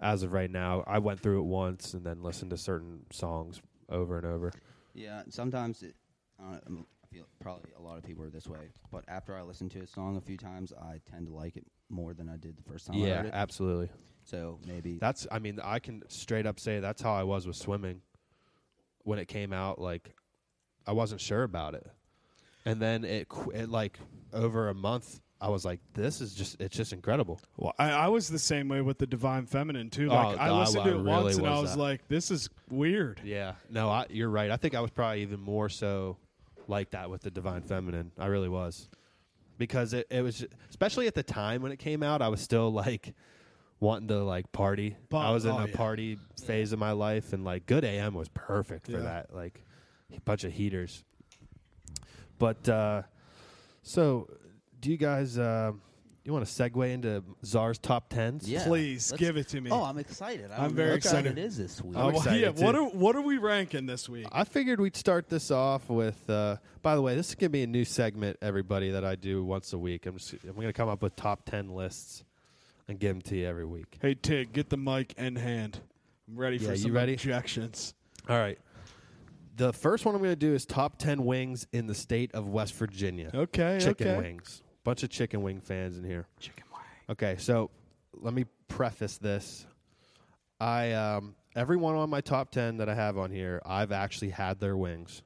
S5: as of right now, I went through it once and then listened to certain songs over and over.
S4: Yeah, and sometimes it, uh, um, I feel probably a lot of people are this way, but after I listen to a song a few times, I tend to like it more than I did the first time. I heard
S5: yeah,
S4: it.
S5: absolutely.
S4: so maybe
S5: That's. I mean, I can straight up say that's how I was with swimming when it came out. Like, I wasn't sure about it, and then it, qu- it like over a month. I was like, this is just, it's just incredible.
S6: Well, I, I was the same way with the Divine Feminine too.
S5: Oh,
S6: Like I
S5: God,
S6: listened
S5: I
S6: to it
S5: really
S6: once and I
S5: was
S6: was
S5: that.
S6: like, "This is weird."
S5: Yeah. No, I, you're right. I think I was probably even more so like that with the Divine Feminine. I really was. Because it, it was, especially at the time when it came out, I was still like wanting to like party.
S6: Pop-
S5: I was in
S6: oh,
S5: a
S6: yeah.
S5: party phase of my life, and like Good AM was perfect for
S6: Yeah.
S5: that. Like a bunch of heaters. But uh, so, do you guys, uh, you want to segue into Czar's top tens?
S4: yeah,
S6: Please
S4: let's-
S6: give it to me.
S4: Oh, I'm excited. I
S6: I'm
S4: don't know
S6: very
S4: what time
S6: excited.
S4: It is this week.
S5: I'm
S6: Well,
S5: excited,
S6: yeah, what
S5: too.
S6: are what are we ranking this week?
S5: I figured we'd start this off with. Uh, by the way, this is gonna be a new segment, everybody, that I do once a week. I'm just I'm gonna come up with top ten lists and give them to you every week.
S6: Hey Tig, get the mic in hand. I'm ready
S5: Yeah,
S6: for
S5: you
S6: some
S5: ready?
S6: objections.
S5: All right. The first one I'm gonna do is top ten wings in the state of West Virginia.
S6: Okay,
S5: chicken
S6: okay.
S5: wings. Bunch of chicken wing fans in here. Chicken wing. Okay, so let me preface this. I um, everyone on my top ten that I have on here, I've actually had their wings.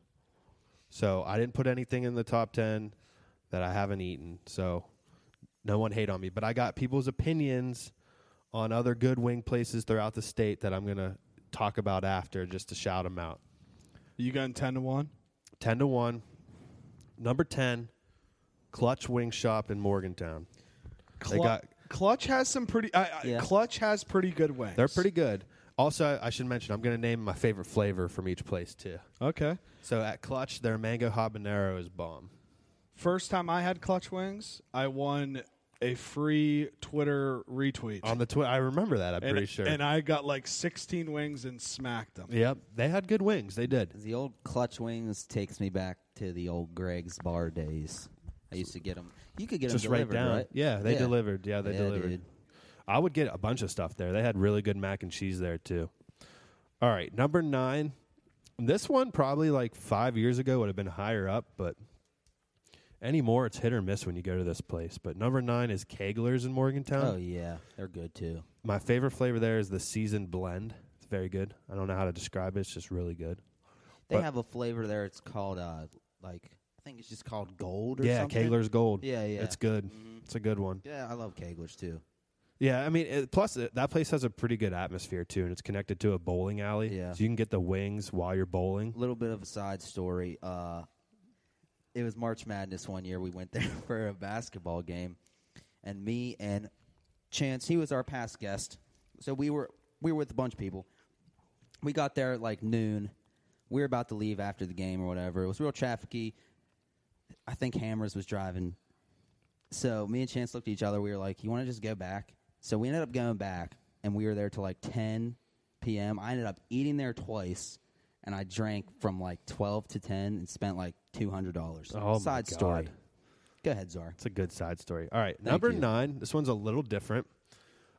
S5: So I didn't put anything in the top ten that I haven't eaten. So no one hate on me, but I got people's opinions on other good wing places throughout the state that I'm gonna talk about after, just to shout them out.
S6: You got ten to one?
S5: 10 to 1. Number 10, Clutch Wing Shop in Morgantown.
S6: Clu-
S5: They got-
S6: Clutch has some pretty. I, I,
S4: Yeah.
S6: Clutch has pretty good wings.
S5: They're pretty good. Also, I should mention, I'm going to name my favorite flavor from each place, too.
S6: okay.
S5: So at Clutch, their mango habanero is bomb.
S6: First time I had Clutch wings, I won a free Twitter retweet.
S5: On the twi- I remember that, I'm
S6: and,
S5: pretty sure.
S6: And I got like 16 wings and smacked them.
S5: yep, they had good wings. They did.
S4: The old clutch wings takes me back to the old Greg's bar days. I used to get them. You could get
S5: Just
S4: them
S5: right
S4: delivered,
S5: down.
S4: right?
S5: Yeah, they delivered. Yeah, they
S4: Yeah,
S5: delivered.
S4: dude.
S5: I would get a bunch of stuff there. They had really good mac and cheese there, too. All right, number nine. This one probably like five years ago would have been higher up, but anymore it's hit or miss when you go to this place. But number nine is Kegler's in Morgantown.
S4: Oh yeah, they're good too.
S5: My favorite flavor there is the seasoned blend. It's very good. I don't know how to describe it. It's just really good.
S4: They
S5: But-
S4: have a flavor there. It's called uh, like I think it's just called gold or
S5: yeah,
S4: something.
S5: Kegler's Gold.
S4: Yeah, yeah. Mm-hmm.
S5: It's good. It's a good one.
S4: Yeah, I love Keglers too.
S5: Yeah, I mean, it, plus it, that place has a pretty good atmosphere too, and it's connected to a bowling alley.
S4: Yeah.
S5: So you can get the wings while you're bowling.
S4: A little bit of a side story. Uh, it was March Madness one year. We went there for a basketball game, and me and Chance, he was our past guest, so we were we were with a bunch of people. We got there at like noon. We were about to leave after the game or whatever. It was real trafficy. I think Hammers was driving. So me and Chance looked at each other. We were like, "You want to just go back?" So we ended up going back, and we were there till like 10 p.m. I ended up eating there twice, and I drank from like 12 to 10 and spent like two hundred dollars.
S5: Oh, my
S4: Side story.
S5: God.
S4: Go ahead, Czar.
S5: It's a good side story. All right, number
S4: you.
S5: nine. This one's a little different.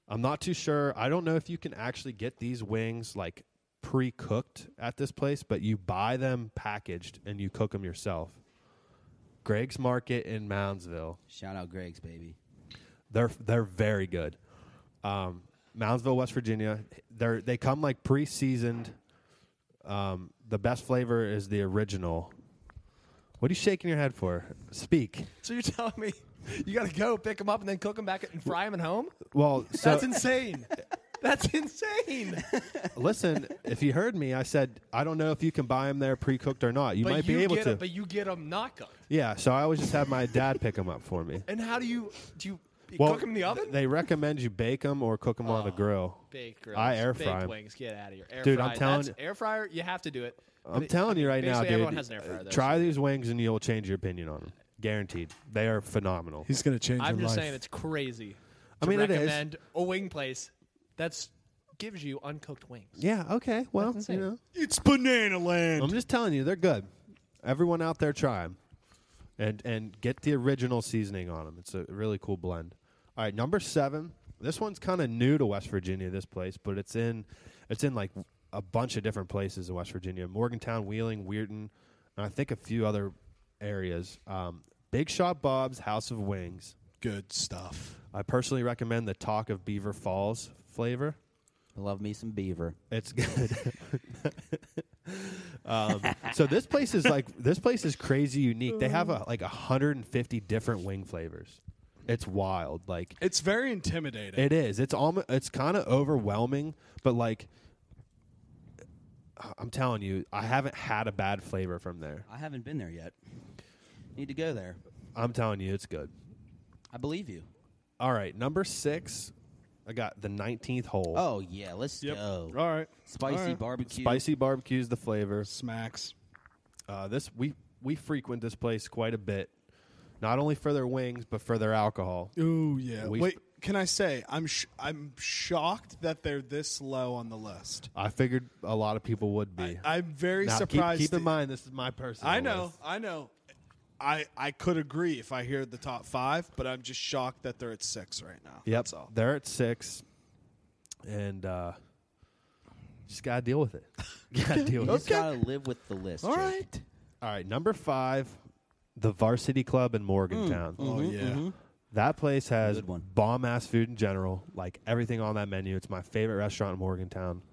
S5: I'm not too sure. I don't know if you can actually get these wings like pre cooked at this place, but you buy them packaged and you cook them yourself. Greg's Market in Moundsville.
S4: Shout out Greg's baby.
S5: They're they're very good. Um, Moundsville, West Virginia. They're they come like pre seasoned. Um, the best flavor is the original. What are you shaking your head for? Speak.
S1: So you're telling me you got to go pick them up and then cook them back and fry them at home?
S5: Well, so
S1: That's insane. That's insane.
S5: Listen, if you heard me, I said I don't know if you can buy them there pre-cooked or not. You might be able
S1: get
S5: to.
S1: Them, but you get them not cooked.
S5: yeah, so I always just have my dad pick them up for me.
S1: And how do you do? You
S2: You
S5: Well,
S2: cook them in the oven?
S5: They recommend you bake them or cook them on the grill.
S1: Baked
S5: I air
S1: baked
S5: fry 'em.
S1: wings. Get out of here, air
S5: Dude,
S1: fry.
S5: I'm telling
S1: That's- air fryer. You have to do it.
S5: I'm telling you right now,
S1: Basically,
S5: dude.
S1: everyone has an air fryer,
S5: uh,
S1: though,
S5: Try these wings and you'll change your opinion on them. Guaranteed. They are phenomenal.
S6: He's gonna change
S1: I'm
S6: your
S1: just
S6: life.
S1: saying it's crazy.
S5: I
S1: to
S5: mean, it is.
S1: recommend a wing place that's gives you uncooked wings.
S5: Yeah. Okay. Well,
S1: That's
S5: you
S1: insane.
S5: know,
S6: It's banana land.
S5: I'm just telling you, they're good. Everyone out there, try them, and and get the original seasoning on them. It's a really cool blend. All right, number seven. This one's kind of new to West Virginia. This place, but it's in it's in like a bunch of different places in West Virginia: Morgantown, Wheeling, Weirton, and I think a few other areas. Um, Big Shot Bob's House of Wings.
S6: Good stuff.
S5: I personally recommend the Talk of Beaver Falls flavor.
S4: I love me some beaver.
S5: It's good. um, so this place is like this place is crazy unique. They have a, like 150 different wing flavors. It's wild. Like
S6: It's very intimidating.
S5: it is. It's almost. It's kind of overwhelming. But like, I- I'm telling you, I haven't had a bad flavor from there.
S4: I haven't been there yet. Need to go there.
S5: I'm telling you, it's good.
S4: I believe you.
S5: All right, number six. I got the 19th hole.
S4: Oh yeah, let's go.
S6: All right.
S4: Spicy
S6: All right.
S4: barbecue.
S5: Spicy barbecue's the flavor.
S6: Smacks.
S5: Uh, this we we frequent this place quite a bit, not only for their wings but for their alcohol.
S6: Ooh yeah.
S5: We-
S6: Wait, can I say I'm sh- I'm shocked that they're this low on the list.
S5: I figured a lot of people would be.
S6: I'm very
S5: Now, keep-
S6: surprised.
S5: Keep, in mind, this is my personal.
S6: I know.
S5: list.
S6: I know. I I could agree if I hear the top five, but I'm just shocked that they're at six right now.
S5: Yep,
S6: That's all.
S5: they're at six, and uh, just gotta deal with it. gotta deal
S4: You
S5: with
S4: just
S5: it.
S4: gotta live with the list.
S6: All
S4: Jake.
S6: right.
S5: All right, number five, the Varsity Club in Morgantown.
S6: Oh yeah.
S5: That place has
S4: Good one.
S5: bomb ass food in general, like everything on that menu. It's my favorite restaurant in Morgantown.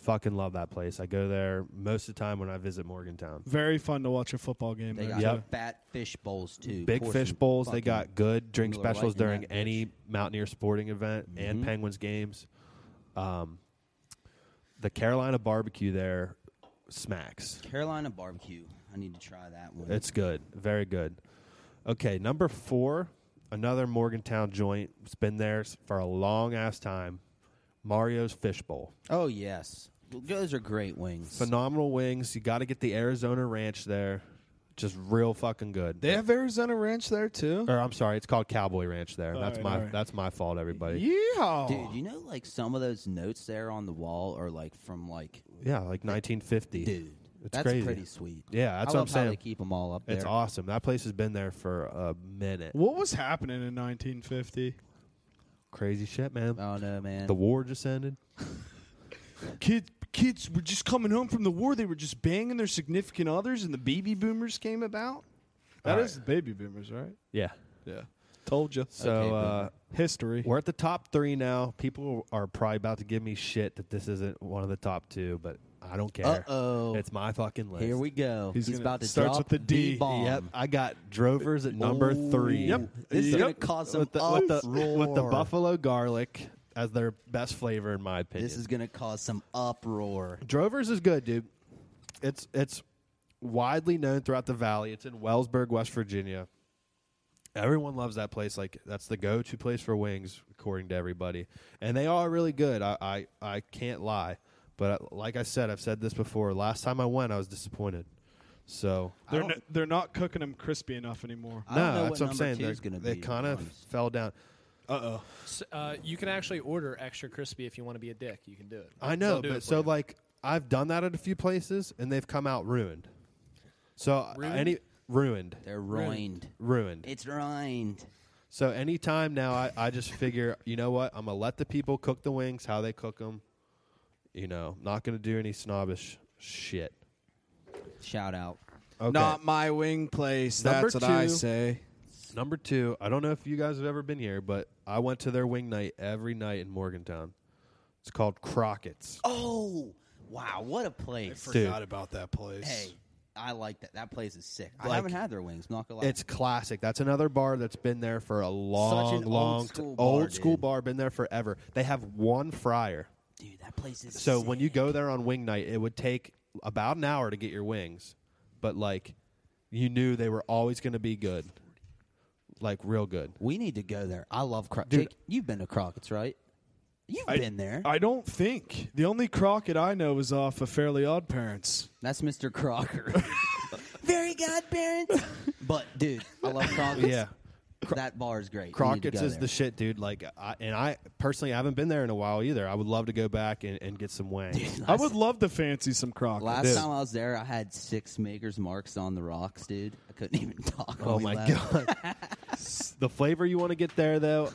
S5: Fucking love that place. I go there most of the time when I visit Morgantown.
S6: Very fun to watch a football game.
S4: They
S6: there,
S4: got
S5: Yep.
S4: fat fish bowls too.
S5: Big
S4: Pour
S5: fish
S4: some
S5: bowls. They
S4: fucking-
S5: got good drink
S4: Miller Lite
S5: specials
S4: in that Mm-hmm.
S5: during
S4: bitch.
S5: any Mountaineer sporting event and Penguins games. Um, the Carolina barbecue there smacks.
S4: Carolina barbecue. I need to try that one.
S5: It's good. Very good. Okay, number four, another Morgantown joint. It's been there s- for a long ass time. Mario's Fish Bowl.
S4: oh yes, those are great wings.
S5: Phenomenal wings. You got to get the Arizona Ranch there. Just real fucking good.
S6: they have Arizona Ranch there too.
S5: or I'm sorry, it's called Cowboy Ranch there. that's
S6: right,
S5: my
S6: all right.
S5: that's my fault, everybody.
S6: Yeehaw!
S4: Dude, you know, like some of those notes there on the wall are like from like,
S5: Yeah, like 1950.
S4: dude,
S5: it's
S4: that's
S5: crazy.
S4: pretty sweet.
S5: Yeah,
S4: I
S5: that's what
S4: love
S5: I'm
S4: how
S5: saying.
S4: they keep them all up there.
S5: It's awesome. That place has been there for a minute.
S6: What was happening in 1950?
S5: Crazy shit, man.
S4: Oh no, man.
S5: the war just ended.
S6: Kids, kids were just coming home from the war. They were just banging their significant others, and the baby boomers came about. That is
S5: All
S6: the baby boomers, right?
S5: Yeah.
S6: Yeah, told you.
S5: So uh,
S6: History.
S5: we're at the top three now. People are probably about to give me shit that this isn't one of the top two, but I don't care.
S4: Uh-oh.
S5: It's my fucking list.
S4: Here we go.
S6: He's
S4: He's,
S6: gonna-
S4: about to
S6: starts
S4: drop
S6: with the D.
S4: bomb.
S5: Yep, I got Drovers at number three.
S6: Yep.
S4: This is
S6: Yep.
S4: gonna cause some
S5: Oh, with the, with the,
S4: uproar.
S5: with the buffalo garlic as their best flavor, in my opinion.
S4: This is gonna cause some uproar.
S5: Drovers is good, dude. It's it's widely known throughout the valley. It's in Wellsburg, West Virginia. Everyone loves that place. Like that's the go-to place for wings, according to everybody. And they are really good. I I, I can't lie. But uh, like I said, I've said this before. Last time I went, I was disappointed. So
S6: they're n- they're not cooking them crispy enough anymore.
S4: I don't know what
S5: that's what I'm
S4: number
S5: saying.
S4: two
S5: They're-
S4: is gonna
S5: they
S4: be, to
S5: kind
S4: be
S5: of
S4: honest.
S5: fell down.
S6: Uh oh.
S1: S- uh, you can actually order extra crispy if you want to be a dick. You can do it. They'll
S5: I know,
S1: do it
S5: but
S1: for
S5: so
S1: you.
S5: like I've done that at a few places, and they've come out ruined. So
S1: Ruined?
S5: any ruined,
S4: They're ruined.
S5: ruined.
S4: It's ruined.
S5: So anytime now, I, I just figure, you know what? I'm gonna let the people cook the wings how they cook them. You know, not gonna do any snobbish shit.
S4: Shout out.
S5: Okay.
S6: Not my wing place.
S5: Number
S6: that's what I
S5: two.
S6: say.
S5: Number two, I don't know if you guys have ever been here, but I went to their wing night every night in Morgantown. It's called Crockett's.
S4: Oh wow, what a place.
S5: Dude.
S6: about that place.
S4: Hey, I like that. That place is sick. I
S5: Like,
S4: haven't had their wings. Not gonna lie.
S5: It's classic. That's another bar that's been there for a long,
S4: old
S5: long, t-
S4: school bar,
S5: old school
S4: dude.
S5: bar. Been there forever. They have one fryer.
S4: dude, that place is.
S5: So when you
S4: sick.
S5: go there on wing night, it would take about an hour to get your wings, but like you knew they were always going to be good. like real good.
S4: We need to go there. I love Crockett.
S5: Dude.
S4: Jake, you've been to Crockett's, right? You've
S6: I-
S4: been there.
S6: I don't think. The only Crockett I know is off of Fairly Odd Parents.
S4: That's Mr. Crocker. Very godparents. but dude, I love Crockett's.
S5: Yeah.
S4: that bar is great. We need to
S5: Crockett's
S4: go
S5: is
S4: there.
S5: the shit, dude. Like, I, and I personally haven't been there in a while either. I would love to go back and, and get some wang.
S6: I would love to fancy some Crockett.
S4: Last
S5: Dude.
S4: time I was there, I had six makers marks on the rocks, dude. I couldn't even talk. when
S5: Oh
S4: we
S5: my
S4: left.
S5: god! S- the flavor you want to get there, though,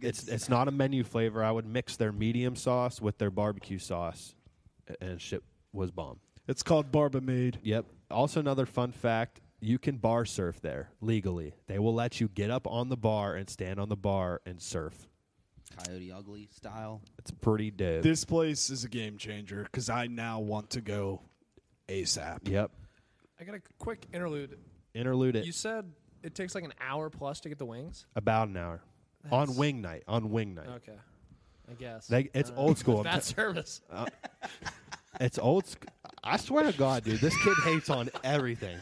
S5: it's it's not a menu flavor. I would mix their medium sauce with their barbecue sauce, a- and shit was bomb.
S6: It's called Barbamade.
S5: Yep. Also, another fun fact: you can bar surf there legally. They will let you get up on the bar and stand on the bar and surf.
S4: Coyote Ugly style.
S5: It's pretty dope.
S6: This place is a game changer because I now want to go ASAP.
S5: yep.
S1: I got a quick interlude.
S5: Interlude it
S1: You said it takes like an hour plus to get the wings.
S5: about an hour on wing night. On wing night.
S1: Okay, Uh, I guess
S5: They, it's old school. I'm
S1: bad service.
S5: uh, t- it's old. Sc- I swear to God, dude, this kid hates on everything.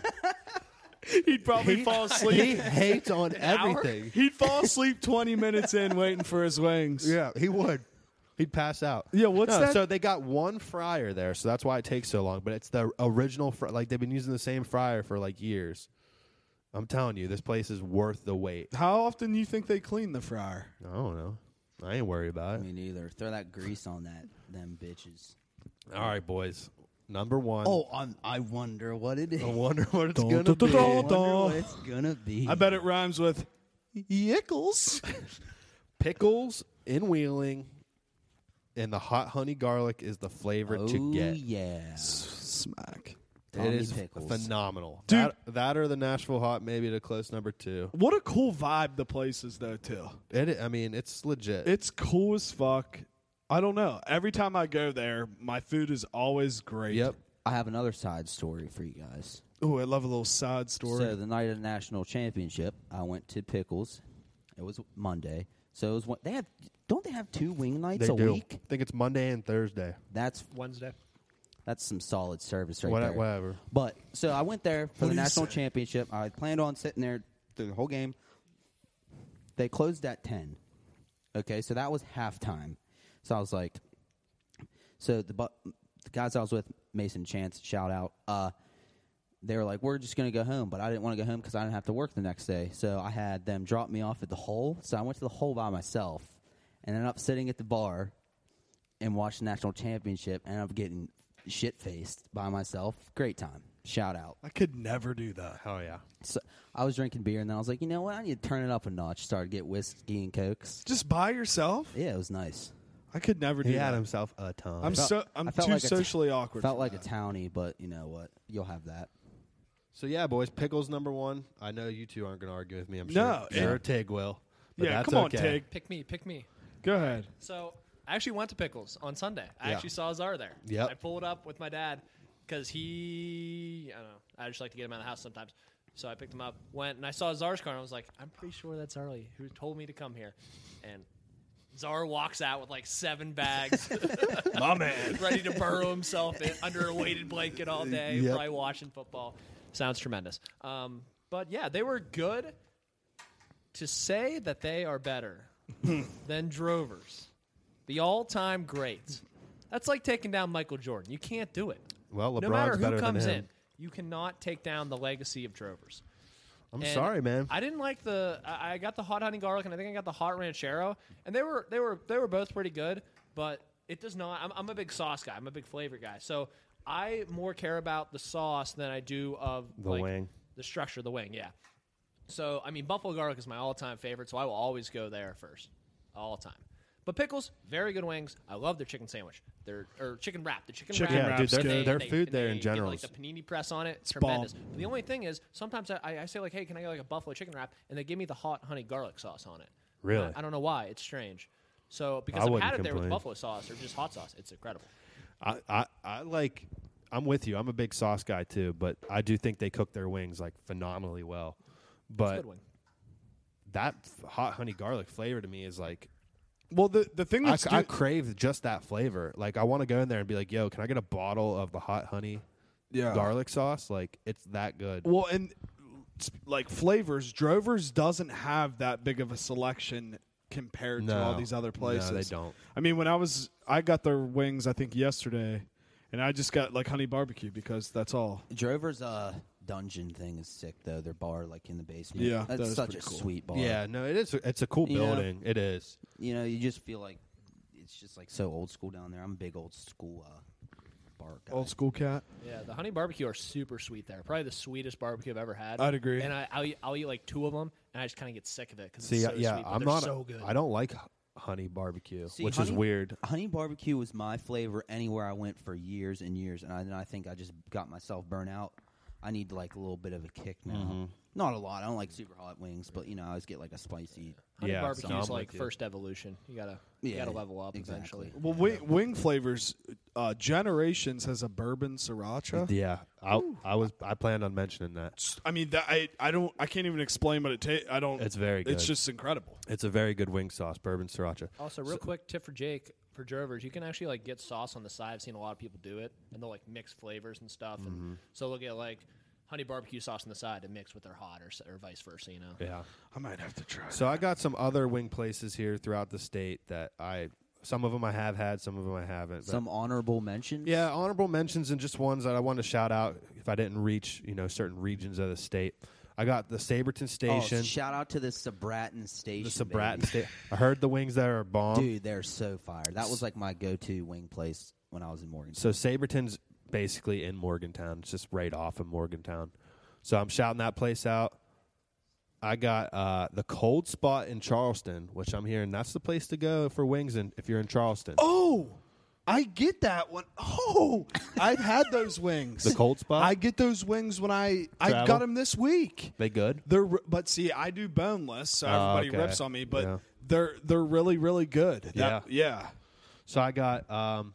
S6: He'd probably fall
S5: He
S6: asleep.
S5: hates on
S1: hour?
S5: everything.
S6: He'd fall asleep 20 minutes in waiting for his wings.
S5: Yeah, he would. He'd pass out.
S6: Yeah, what's
S5: No,
S6: that-
S5: So they got one fryer there, so that's why it takes so long. But it's the original, fr- like they've been using the same fryer for like years. I'm telling you, this place is worth the wait.
S6: How often do you think they clean the fryer?
S5: I don't know. I ain't worried about
S4: Me
S5: it.
S4: neither. Throw that grease on that, them bitches.
S5: All right, boys. Number one.
S4: Oh, I'm, I wonder what it is.
S5: I wonder what it's
S6: Dun,
S5: gonna
S6: dun, dun,
S5: be.
S6: dun.
S4: wonder what it's gonna be.
S6: I bet it rhymes with yickles.
S5: Pickles in Wheeling, and the hot honey garlic is the flavor
S4: Oh
S5: to get.
S4: yeah,
S6: Smack.
S4: Tommy
S5: it is
S4: pickles.
S5: phenomenal,
S6: Dude.
S5: That, that or the Nashville hot, maybe the close number two.
S6: What a cool vibe the place is, though, too.
S5: It, I mean, it's legit.
S6: It's cool as fuck. I don't know. Every time I go there, my food is always great.
S5: yep.
S4: I have another side story for you guys.
S6: Oh, I love a little side story.
S4: So the night of the national championship, I went to Pickles. It was Monday, so it was. One, they have don't they have two wing nights a week?
S5: I think it's Monday and Thursday.
S4: That's
S1: Wednesday.
S4: that's some solid service right
S5: What-
S4: there.
S5: whatever.
S4: But so I went there for
S6: What
S4: the
S6: do you
S4: national
S6: say?
S4: championship. I planned on sitting there through the whole game. They closed at ten. Okay, so that was halftime. So I was like, so the bu- the guys I was with, Mason Chance, shout out. Uh, they were like, we're just gonna go home, but I didn't want to go home because I didn't have to work the next day. So I had them drop me off at the hole. So I went to the hole by myself, and ended up sitting at the bar and watch the national championship and I'm getting shit faced by myself. Great time. Shout out.
S6: I could never do that.
S1: Oh,
S5: Hell yeah.
S4: So I was drinking beer and then I was like, you know what? I need to turn it up a notch. Started to get whiskey and cokes.
S6: Just by yourself?
S4: Yeah, it was nice.
S6: I could never do
S5: He had
S6: that.
S5: himself a ton.
S6: I'm so I'm
S4: I
S6: too
S4: felt like a t-
S6: socially awkward.
S4: Felt
S6: for
S4: like a
S6: that.
S4: townie, but you know what? You'll have that.
S5: So, yeah, boys, pickles number one. I know you two aren't going to argue with me. I'm sure.
S6: No,
S5: sure
S6: yeah.
S5: Tig will. But
S6: yeah,
S5: that's
S6: come on,
S5: okay.
S6: Tig.
S1: Pick me. Pick me.
S6: Go ahead.
S1: So I actually went to Pickles on Sunday. I
S5: Yeah.
S1: actually saw Czar there.
S5: Yep.
S1: I pulled up with my dad because he, I don't know, I just like to get him out of the house sometimes. So I picked him up, went, and I saw Czar's car, and I was like, I'm pretty sure that's Arlie who told me to come here. And Czar walks out with like seven bags,
S6: My man.
S1: ready to burrow himself in, under a weighted blanket all day,
S5: Yep.
S1: probably watching football. Sounds tremendous. Um, but yeah, they were good. To say that they are better than Drovers, the all-time greats, that's like taking down Michael Jordan. You can't do it.
S5: Well,
S1: no
S5: LeBron's
S1: matter
S5: better
S1: who
S5: than
S1: comes
S5: him.
S1: in, you cannot take down the legacy of Drovers.
S5: I'm
S1: And
S5: sorry, man.
S1: I didn't like the. I I got the hot honey garlic, and I think I got the hot ranchero, and they were they were they were both pretty good. But it does not. I'm, I'm a big sauce guy. I'm a big flavor guy. So I more care about the sauce than I do of
S5: The
S1: like,
S5: wing.
S1: the structure, of the wing. Yeah. So I mean, buffalo garlic is my all-time favorite, so I will always go there first, all time. But pickles, very good wings. I love their chicken sandwich, their or chicken wrap, the chicken,
S6: Chicken
S1: wrap.
S6: Yeah, dude,
S1: and
S6: their-
S1: they-
S5: their
S1: and they-
S5: food
S1: and
S5: there
S1: they
S5: in
S1: get,
S5: general
S1: like the
S5: is
S1: panini press on it,
S6: bomb.
S1: tremendous. But the only thing is, sometimes I- I, I say like, "Hey, can I get like a buffalo chicken wrap?" And they give me the hot honey garlic sauce on it.
S5: Really?
S1: And I, I don't know why. It's strange. So
S5: I
S1: because I've
S5: wouldn't
S1: had it there with
S5: complain.
S1: buffalo sauce or just hot sauce, it's incredible.
S5: I, I, I like. I'm with you. I'm a big sauce guy too, but I do think they cook their wings like phenomenally well.
S1: It's a
S5: But
S1: good wing.
S5: that f- hot honey garlic flavor to me is like
S6: Well, the the thing
S5: I,
S6: that's
S5: I
S6: do-
S5: crave just that flavor. Like I want to go in there and be like, "Yo, can I get a bottle of the hot honey
S6: Yeah.
S5: garlic sauce?" Like it's that good.
S6: well, and like flavors, Drovers doesn't have that big of a selection compared to all
S5: No.
S6: these other
S5: No,
S6: places.
S5: they don't.
S6: I mean, when I was, I got their wings, I think yesterday, and I just got like honey barbecue because that's all.
S4: Drover's uh, dungeon thing is sick though. Their bar, like in the basement.
S6: Yeah, that
S4: that's
S6: is
S4: such a
S6: pretty cool.
S4: sweet bar.
S5: Yeah, no, it is. It's a cool
S4: You know?
S5: building. It is.
S4: you know, you just feel like it's just like so old school down there. I'm a big old school uh, bar guy.
S6: Old school cat.
S1: Yeah, the honey barbecue are super sweet there. Probably the sweetest barbecue I've ever had.
S6: I'd agree.
S1: And I, I'll, eat- I'll eat like two of them, and I just kind of get sick of it because
S5: See, uh,
S1: it's so
S5: yeah,
S1: sweet. but
S5: I'm
S1: they're
S5: not.
S1: so good.
S5: I don't like h- honey barbecue,
S4: See,
S5: which is
S4: honey-
S5: weird.
S4: Honey barbecue was my flavor anywhere I went for years and years, and I, and I think I just got myself burnt out. I need like a little bit of a kick now.
S5: Mm-hmm.
S4: Not a lot. I don't like super hot wings, but you know, I always get like a spicy.
S1: honey
S5: Yeah,
S1: barbecue's
S5: so I'm
S1: like
S5: with you.
S1: first evolution. You gotta you
S4: Yeah,
S1: gotta level up
S4: exactly.
S1: eventually.
S6: Well, wing, wing flavors, uh, Generations has a bourbon sriracha.
S5: Yeah, I, I was. I planned on mentioning that.
S6: I mean, that I, I don't, I can't even explain what it tastes. I don't.
S5: It's very
S6: It's
S5: good.
S6: just incredible.
S5: It's a very good wing sauce, bourbon sriracha.
S1: Also, real quick tip for Jake for Drovers, you can actually like get sauce on the side. I've seen a lot of people do it, and they'll like mix flavors and stuff.
S5: Mm-hmm.
S1: And so they'll get like honey barbecue sauce on the side to mix with their hot or, s- or vice versa. You know,
S5: Yeah.
S6: I might have to try. it.
S5: So I got some other wing places here throughout the state that I. Some of them I have had, some of them I haven't. but-
S4: Some honorable mentions.
S5: Yeah, honorable mentions and just ones that I want to shout out if I didn't reach, you know, certain regions of the state. I got the Saberton
S4: Oh,
S5: Station,
S4: shout out to the Sabratton station.
S5: the
S4: baby.
S5: Sabratton Station. I heard the wings there are bomb.
S4: Dude, they're so fire. That was like my go-to wing place when I was in Morgan.
S5: So Saberton's basically in Morgantown. It's just right off of Morgantown. So I'm shouting that place out. I got uh, the cold spot in Charleston, which I'm hearing that's the place to go for wings and if you're in Charleston.
S6: Oh, I get that one. Oh, I've had those wings.
S5: The cold spot?
S6: I get those wings when I I
S5: Travel?
S6: got them this week.
S5: They good?
S6: They're re- but see, I do boneless, so
S5: Oh,
S6: everybody
S5: okay.
S6: rips on me. But
S5: Yeah.
S6: they're they're really really good. That- yeah.
S5: So I got um,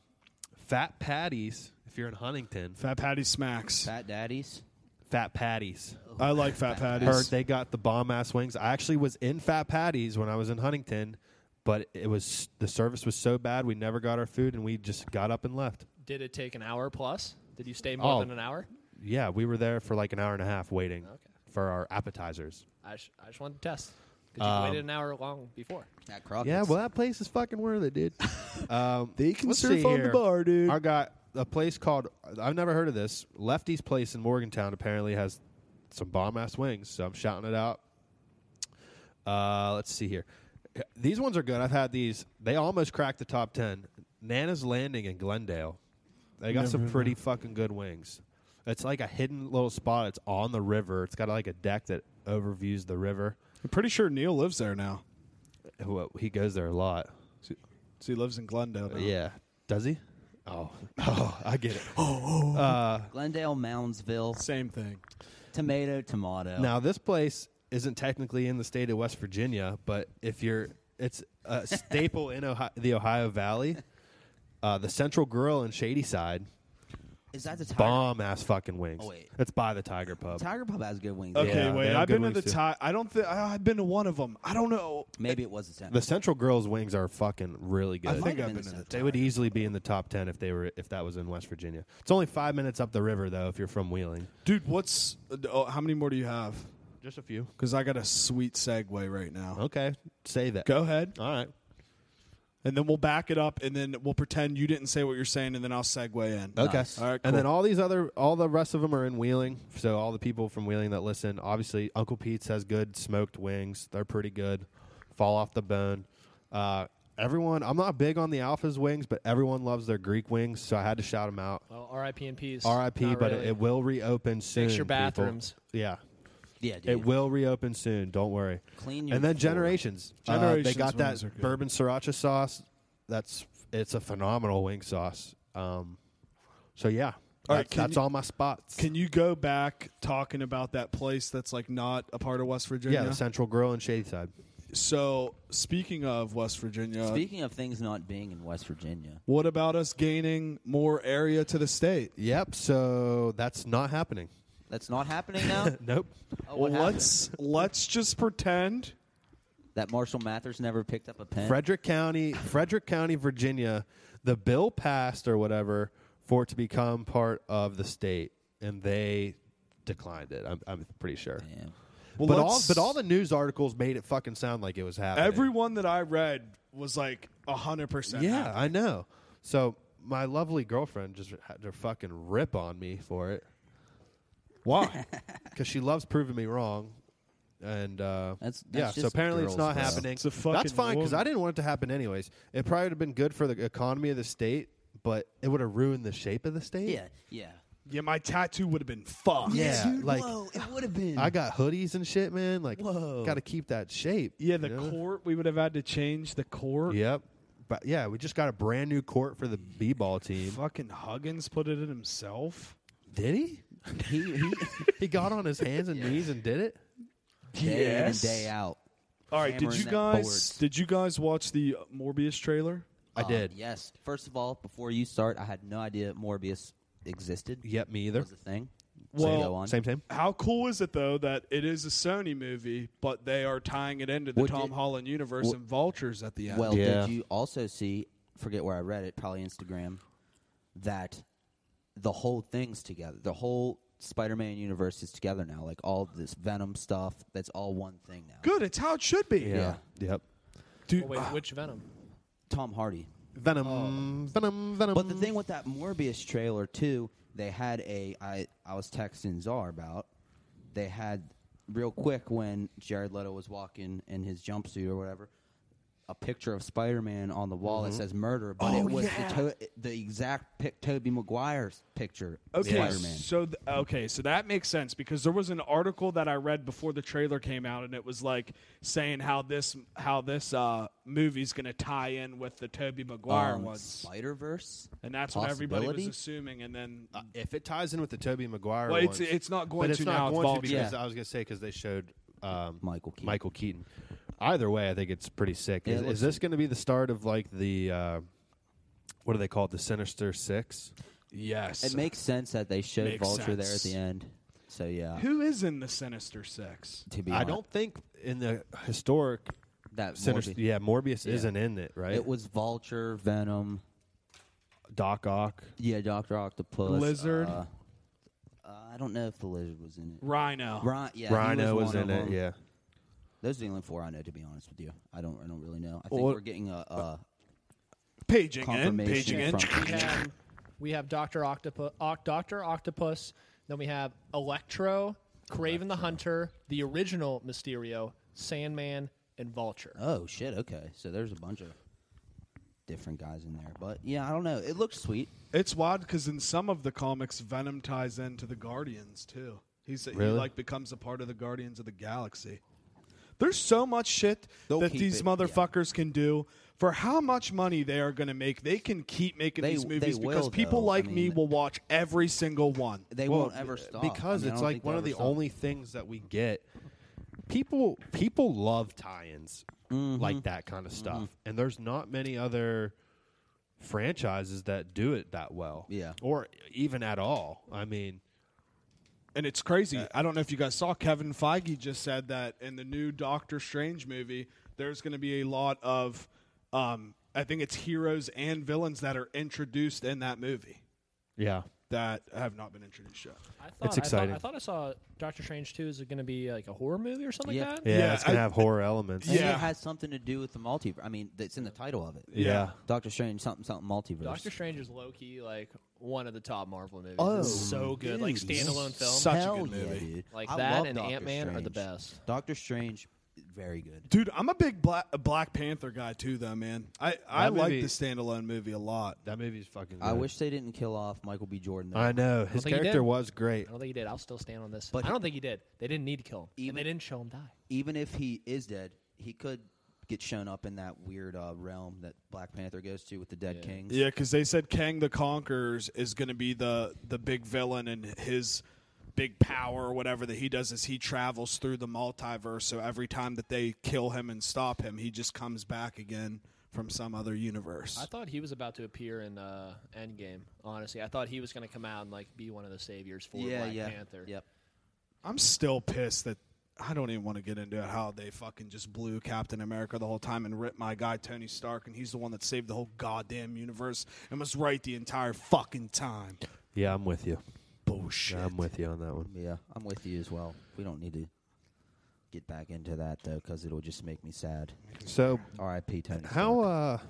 S5: Fat Patties if you're in Huntington.
S6: Fat Patty smacks.
S4: Fat Daddies.
S5: Fat Patties.
S6: I like Fat Patties.
S5: Heard they got the bomb ass wings. I actually was in Fat Patties when I was in Huntington, but it was the service was so bad we never got our food and we just got up and left.
S1: did it take an hour plus? Did you stay more
S5: Oh.
S1: than an hour?
S5: Yeah, we were there for like an hour and a half waiting
S1: Okay.
S5: for our appetizers.
S1: I, sh- I just wanted to test because
S5: Um,
S1: you waited an hour long before.
S4: At Crockett's.
S5: Yeah, well, that place is fucking worth it, dude. um,
S6: They can
S5: let's
S6: surf
S5: see
S6: on the
S5: here.
S6: bar, dude.
S5: I got a place called I've never heard of this. Lefty's Place in Morgantown apparently has some bomb ass wings, so I'm shouting it out. Uh, let's see here. These ones are good. I've had these. They almost cracked the top ten. Nana's Landing in Glendale. They got some pretty fucking good wings. It's like a hidden little spot. It's on the river. It's got like a deck that overviews the river.
S6: I'm pretty sure Neil lives there now.
S5: Who- He goes there a lot.
S6: So so he lives in Glendale. now.
S5: Yeah. Does he? Oh. Oh, I get it.
S4: Glendale, Moundsville,
S6: Same thing.
S4: tomato, tomato.
S5: Now this place isn't technically in the state of West Virginia, but if you're it's a staple in Ohio, the Ohio Valley. Uh, the Central Grill in Shady Side,
S4: Is that the tiger?
S5: bomb ass fucking wings.
S4: Oh, wait.
S5: It's by the Tiger Pub.
S4: Tiger Pub has good wings.
S6: Okay,
S5: Yeah, they
S6: wait.
S5: have
S6: I've
S5: good
S6: been to the
S5: wings, too.
S6: tie. I don't think I've been to one of them. I don't know.
S4: Maybe it was the
S5: the
S4: Sentinel.
S5: Central Grill's wings are fucking really good.
S6: I think
S4: have
S6: I've
S4: been
S6: been to
S4: the
S6: the.
S5: they would easily be in the top ten if they were if that was in West Virginia. It's only five minutes up the river though if you're from Wheeling.
S6: Dude, what's uh, oh, how many more do you have?
S5: Just a few.
S6: Because I got a sweet segue right now.
S5: Okay, say that.
S6: Go ahead.
S5: All right.
S6: and then we'll back it up, and then we'll pretend you didn't say what you're saying, and then I'll segue in.
S5: Okay.
S4: Nice.
S6: All right,
S5: And then
S6: cool.
S5: all these other, all the rest of them are in Wheeling. So all the people from Wheeling that listen, obviously Uncle Pete's has good smoked wings. They're pretty good. Fall off the bone. Uh, everyone, I'm not big on the Alpha's wings, but everyone loves their Greek wings. So I had to shout them out.
S1: Well, R.I.P. and peace.
S5: R.I.P.
S1: Not
S5: But
S1: really.
S5: it will reopen soon.
S1: your
S5: people.
S1: bathrooms.
S5: Yeah.
S4: yeah, dude.
S5: It will reopen soon. Don't worry.
S4: Clean your
S5: and then
S4: floor.
S5: generations. Uh,
S6: Generations
S5: they got
S6: wings are
S5: that
S6: good.
S5: bourbon sriracha sauce. That's it's a phenomenal wing sauce. Um, so yeah,
S6: All right,
S5: that's,
S6: can
S5: that's
S6: you-
S5: all my spots.
S6: Can you go back talking about that place that's like not a part of West Virginia?
S5: yeah, the Central Grill and Shady Side.
S6: so speaking of West Virginia,
S4: Speaking of things not being in West Virginia,
S6: what about us gaining more area to the state?
S5: Yep. So that's not happening.
S4: that's not happening now.
S5: Nope.
S4: Oh, what
S6: well,
S4: happened?
S6: let's let's just pretend.
S4: That Marshall Mathers never picked up a pen.
S5: Frederick County, Frederick County, Virginia. The bill passed or whatever for it to become part of the state, and they declined it. I'm, I'm pretty sure.
S7: Yeah.
S6: Well,
S5: but all
S6: let's-
S5: but all the news articles made it fucking sound like it was happening.
S6: Everyone that I read was like hundred percent.
S5: yeah, I know. So my lovely girlfriend just had to fucking rip on me for it
S6: Why?
S5: because she loves proving me wrong. And uh,
S7: That's-
S5: yeah,
S7: that's
S5: so
S7: just
S5: apparently it's
S7: girls,
S5: not
S7: bro.
S5: happening.
S6: It's a fucking
S5: that's fine because I
S6: woman.
S5: didn't want it to happen anyways. It probably would have been good for the economy of the state, but it would have ruined the shape of the state.
S4: Yeah, yeah.
S6: yeah, my tattoo would have been fucked.
S5: Yeah,
S4: Dude,
S5: like
S4: whoa, it would have been.
S5: I got hoodies and shit, man. Like,
S4: Whoa.
S5: got to keep that shape.
S6: Yeah, the
S5: you know?
S6: court. We would have had to change the court.
S5: Yep. But yeah, we just got a brand new court for the b-ball team.
S6: Fucking Huggins put it in himself.
S5: Did he?
S4: he, he,
S5: He got on his hands and knees and did it.
S4: day
S6: Yes.
S4: in and day out.
S6: All right. Did
S4: Hammering
S6: you
S4: that
S6: guys?
S4: board.
S6: Did you guys watch the Morbius trailer?
S5: I
S4: Uh,
S5: did.
S4: Yes. First of all, before you start, I had no idea Morbius existed.
S5: Yep, me either. Oh,
S4: Was a thing.
S6: Well,
S4: go on.
S5: Same time.
S6: How cool is it though that it is a Sony movie, but they are tying it into the
S4: Well,
S6: Tom
S4: did-
S6: Holland universe
S4: well-
S6: and Vultures at the end?
S4: Well,
S5: Yeah.
S4: did you also see? Forget where I read it. Probably Instagram. That the whole thing's together. The whole Spider-Man universe is together now. Like all this Venom stuff. That's all one thing now.
S6: good. It's how it should be. uh,
S5: Yep.
S1: Oh, wait, which Venom?
S4: Tom Hardy.
S5: Venom. Venom. Venom.
S4: Oh. But the thing with that Morbius trailer too, they had a I I was texting Czar about. They had real quick when Jared Leto was walking in his jumpsuit or whatever, a picture of Spider-Man on the wall
S5: Mm-hmm.
S4: that says murder, but
S5: Oh,
S4: it was the, to- the exact pic- Toby Maguire's picture. of
S6: Okay,
S4: Spider-Man.
S6: so th- okay, so that makes sense because there was an article that I read before the trailer came out, and it was like saying how this how this uh, movie's going to tie in with the Toby Maguire
S4: Um,
S6: ones,
S4: Spider Verse,
S6: and that's what everybody was
S4: possibility? Uh,
S6: assuming. And then
S5: Uh, if it ties in with the Toby Maguire,
S6: Well, it's-
S5: ones,
S6: it's not going
S5: but it's
S6: to
S5: not
S6: now, it's
S5: going to
S6: Vulture.
S5: because
S4: Yeah.
S5: I was gonna say because they showed um,
S4: Michael Keaton.
S5: Michael Keaton. Either way, I think it's pretty sick.
S4: Yeah,
S5: is,
S4: it
S5: is
S4: looks
S5: this going to be the start of like the uh, what do they call it? The Sinister Six.
S6: yes,
S4: it makes sense that they showed
S6: Makes
S4: Vulture there at
S6: sense.
S4: the end. So yeah,
S6: who is in the Sinister Six?
S4: to be
S5: I
S4: honest,
S5: don't think in the historic
S4: that
S5: Sinister.
S4: Morbi-
S5: Yeah, Morbius isn't in it, right?
S4: It was Vulture, Venom,
S5: Doc Ock.
S4: Yeah, Doctor Octopus,
S6: Lizard.
S4: uh, uh, I don't know if the lizard was in it.
S6: Rhino.
S4: Rhino, yeah, he
S5: Rhino was,
S4: one
S5: in
S4: of
S5: it.
S4: them.
S5: Yeah.
S4: those are the only four I know. To be honest with you, I don't. I don't really know. I think
S5: Well,
S4: we're getting a, a
S6: Paging in,
S4: confirmation
S6: paging in.
S4: from.
S1: have- we have Doctor Octopus, Doctor Octopus. Then we have Electro, Craven the Hunter, the original Mysterio, Sandman, and Vulture.
S4: Oh shit! Okay, so there's a bunch of different guys in there, but yeah, I don't know. It looks sweet.
S6: It's wild because in some of the comics, Venom ties into the Guardians too. He's
S5: Really?
S6: he like becomes a part of the Guardians of the Galaxy. There's so much shit
S4: They'll
S6: that
S4: keep
S6: these
S4: it, yeah.
S6: motherfuckers can do for how much money they are going to make. They can keep making
S4: They-
S6: these
S4: they
S6: movies because
S4: will,
S6: people
S4: though.
S6: like
S4: I
S6: me
S4: mean-
S6: will watch every single one.
S4: They
S5: Well,
S4: won't ever
S5: b-
S4: stop
S5: because
S4: I mean, I
S5: it's
S4: don't
S5: like
S4: think
S5: one
S4: they'll
S5: of
S4: ever
S5: the
S4: stop.
S5: only things that we get. People people love tie-ins
S4: Mm-hmm.
S5: like that kind of stuff, and there's not many other franchises that do it that well.
S4: Yeah.
S5: or even at all. I mean,
S6: And it's crazy. I don't know if you guys saw Kevin Feige just said that in the new Doctor Strange movie, there's going to be a lot of, um, I think it's heroes and villains that are introduced in that movie.
S5: yeah,
S6: that have not been introduced yet.
S1: I thought,
S5: It's
S1: I thought-
S5: exciting.
S1: I thought I, saw Doctor Strange Two. Is it going to be like a horror movie or something
S4: Yeah.
S1: like that?
S5: yeah,
S6: Yeah,
S5: it's gonna
S6: I-
S5: have horror elements.
S4: And
S6: Yeah.
S4: it has something to do with the multiverse. I mean, it's in the title of it.
S5: Yeah.
S4: Doctor Strange, something, something multiverse.
S1: Doctor Strange is low key like one of the top Marvel movies.
S4: Oh,
S1: It's so good, like
S4: dude.
S1: standalone film.
S6: Such a
S4: Hell
S6: good movie.
S4: yeah, dude.
S1: Like
S4: I
S1: that
S4: love
S1: and
S4: Doctor
S1: Ant-Man are the
S4: Strange.
S1: best.
S4: Doctor Strange, very good.
S6: Dude, I'm a big Black, Black Panther guy too, though, man. I, I
S5: That
S6: like
S5: movie-
S6: the standalone movie a lot.
S5: that movie's fucking.
S4: I
S5: good.
S4: wish they didn't kill off Michael B. Jordan. though.
S5: I know his
S1: think he
S5: character
S1: did.
S5: was great.
S1: I don't think he did. I'll still stand on this.
S4: But-
S1: I don't think he did. They didn't need to kill him.
S4: Even-
S1: and they didn't show him die.
S4: Even if he is dead, he could get shown up in that weird uh, realm that Black Panther goes to with the dead kings.
S6: Yeah, because they said Kang the Conquerors is going to be the the big villain, and his big power or whatever that he does is he travels through the multiverse. So every time that they kill him and stop him, he just comes back again from some other universe.
S1: I thought he was about to appear in uh, Endgame. Honestly, I thought he was going to come out and like be one of the saviors for
S4: yeah,
S1: Black
S4: yeah.
S1: Panther.
S4: Yep.
S6: I'm still pissed that I don't even want to get into it how they fucking just blew Captain America the whole time and ripped my guy Tony Stark and he's the one that saved the whole goddamn universe and was right the entire fucking time.
S5: Yeah, I'm with you.
S6: shit.
S5: I'm with you on that one.
S4: Yeah, I'm with you as well. We don't need to get back into that though, because it'll just make me sad.
S5: So
S4: R.I.P. Tony.
S5: how
S4: Stark.
S5: uh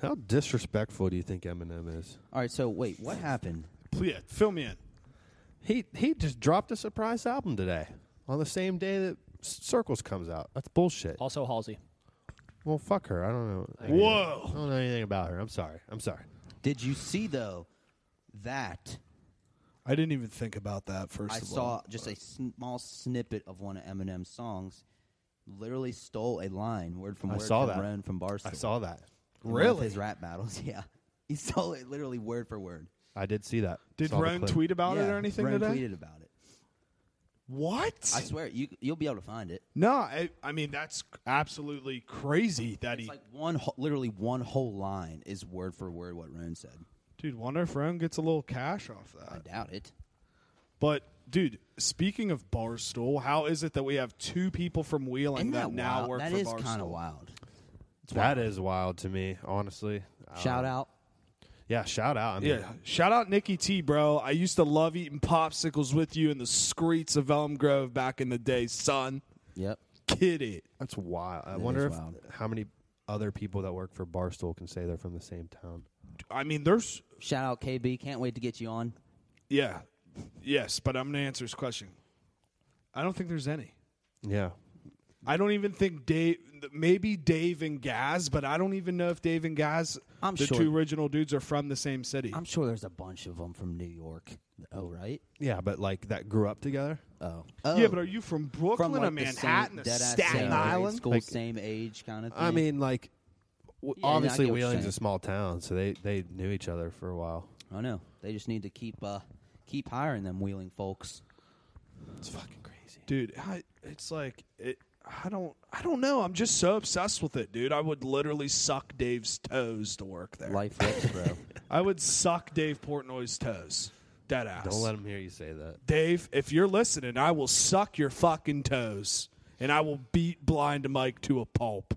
S5: how disrespectful do you think Eminem is?
S4: All right, so wait, what happened?
S6: Yeah, fill me in.
S5: He he just dropped a surprise album today on the same day that S- Circles comes out. That's bullshit.
S1: Also, Halsey.
S5: Well, fuck her. I don't know. I
S6: Whoa.
S5: don't know anything about her. I'm sorry. I'm sorry.
S4: Did you see though that
S6: I didn't even think about that. First,
S4: I
S6: of
S4: saw
S6: all.
S5: uh,
S4: just a small snippet of one of Eminem's songs? Literally stole a line word from
S5: I
S4: word
S5: saw
S4: from
S5: that.
S4: Ren from Barstool.
S5: I saw that.
S4: In one of his rap battles. Yeah, he stole it literally word for word.
S5: I did see that.
S6: Did
S5: Saw the
S6: Roan
S5: clip.
S6: tweet about it
S4: Yeah,
S6: or anything
S4: Ren
S6: today?
S4: tweeted about it.
S6: What?
S4: I swear you you'll be able to find it.
S6: no, I, I mean that's absolutely crazy that
S4: It's
S6: he.
S4: like one, whole, literally one whole line is word for word what Ren said.
S6: dude, wonder if Roan gets a little cash off
S4: I
S6: that.
S4: doubt it.
S6: But dude, speaking of Barstool, how is it that we have two people from Wheeling
S4: Isn't
S6: that,
S4: that
S6: now
S4: wild?
S6: work
S4: That
S6: for
S4: is
S6: Barstool?
S4: kind of wild.
S5: That is wild to me, honestly. Uh,
S4: Shout out.
S5: Yeah, shout out. I mean,
S6: Yeah, shout out Nikki T, bro. I used to love eating popsicles with you in the streets of Elm Grove back in the day, son.
S4: Yep.
S6: Kid it.
S5: That's wild. I
S4: That is
S5: wonder if
S4: wild.
S5: how many other people that work for Barstool can say they're from the same town.
S6: I mean, there's
S4: Shout out KB. Can't wait to get you on.
S6: yeah, yes, but I'm gonna answer his question. I don't think there's any.
S5: Yeah.
S6: I don't even think Dave. Maybe Dave and Gaz, but I don't even know if Dave and Gaz,
S4: I'm
S6: the
S4: sure-
S6: two original dudes, are from the same city.
S4: I'm sure there's a bunch of them from New York. Oh right.
S5: Yeah, but like that grew up together.
S4: Oh. oh.
S6: yeah, but are you from Brooklyn
S4: from
S6: or
S4: like, the same-
S6: Manhattan or
S4: dead ass same
S6: Staten
S4: grade
S6: Island?
S4: School,
S5: Like-
S4: same age kind of thing.
S5: I mean, like w-
S4: Yeah, I
S5: obviously
S4: get what you're
S5: Wheeling's
S4: saying.
S5: a small town, so they they knew each other for a while.
S4: I know. They just need to keep uh keep hiring them wheeling folks.
S5: It's fucking crazy.
S6: dude I, it's like it, i don't i don't know i'm just so obsessed with it dude i would literally suck dave's toes to work there
S4: Life rips, bro.
S6: i would suck dave portnoy's toes dead ass
S5: Don't let him hear you say that.
S6: dave if you're listening i will suck your fucking toes and i will beat blind mike to a pulp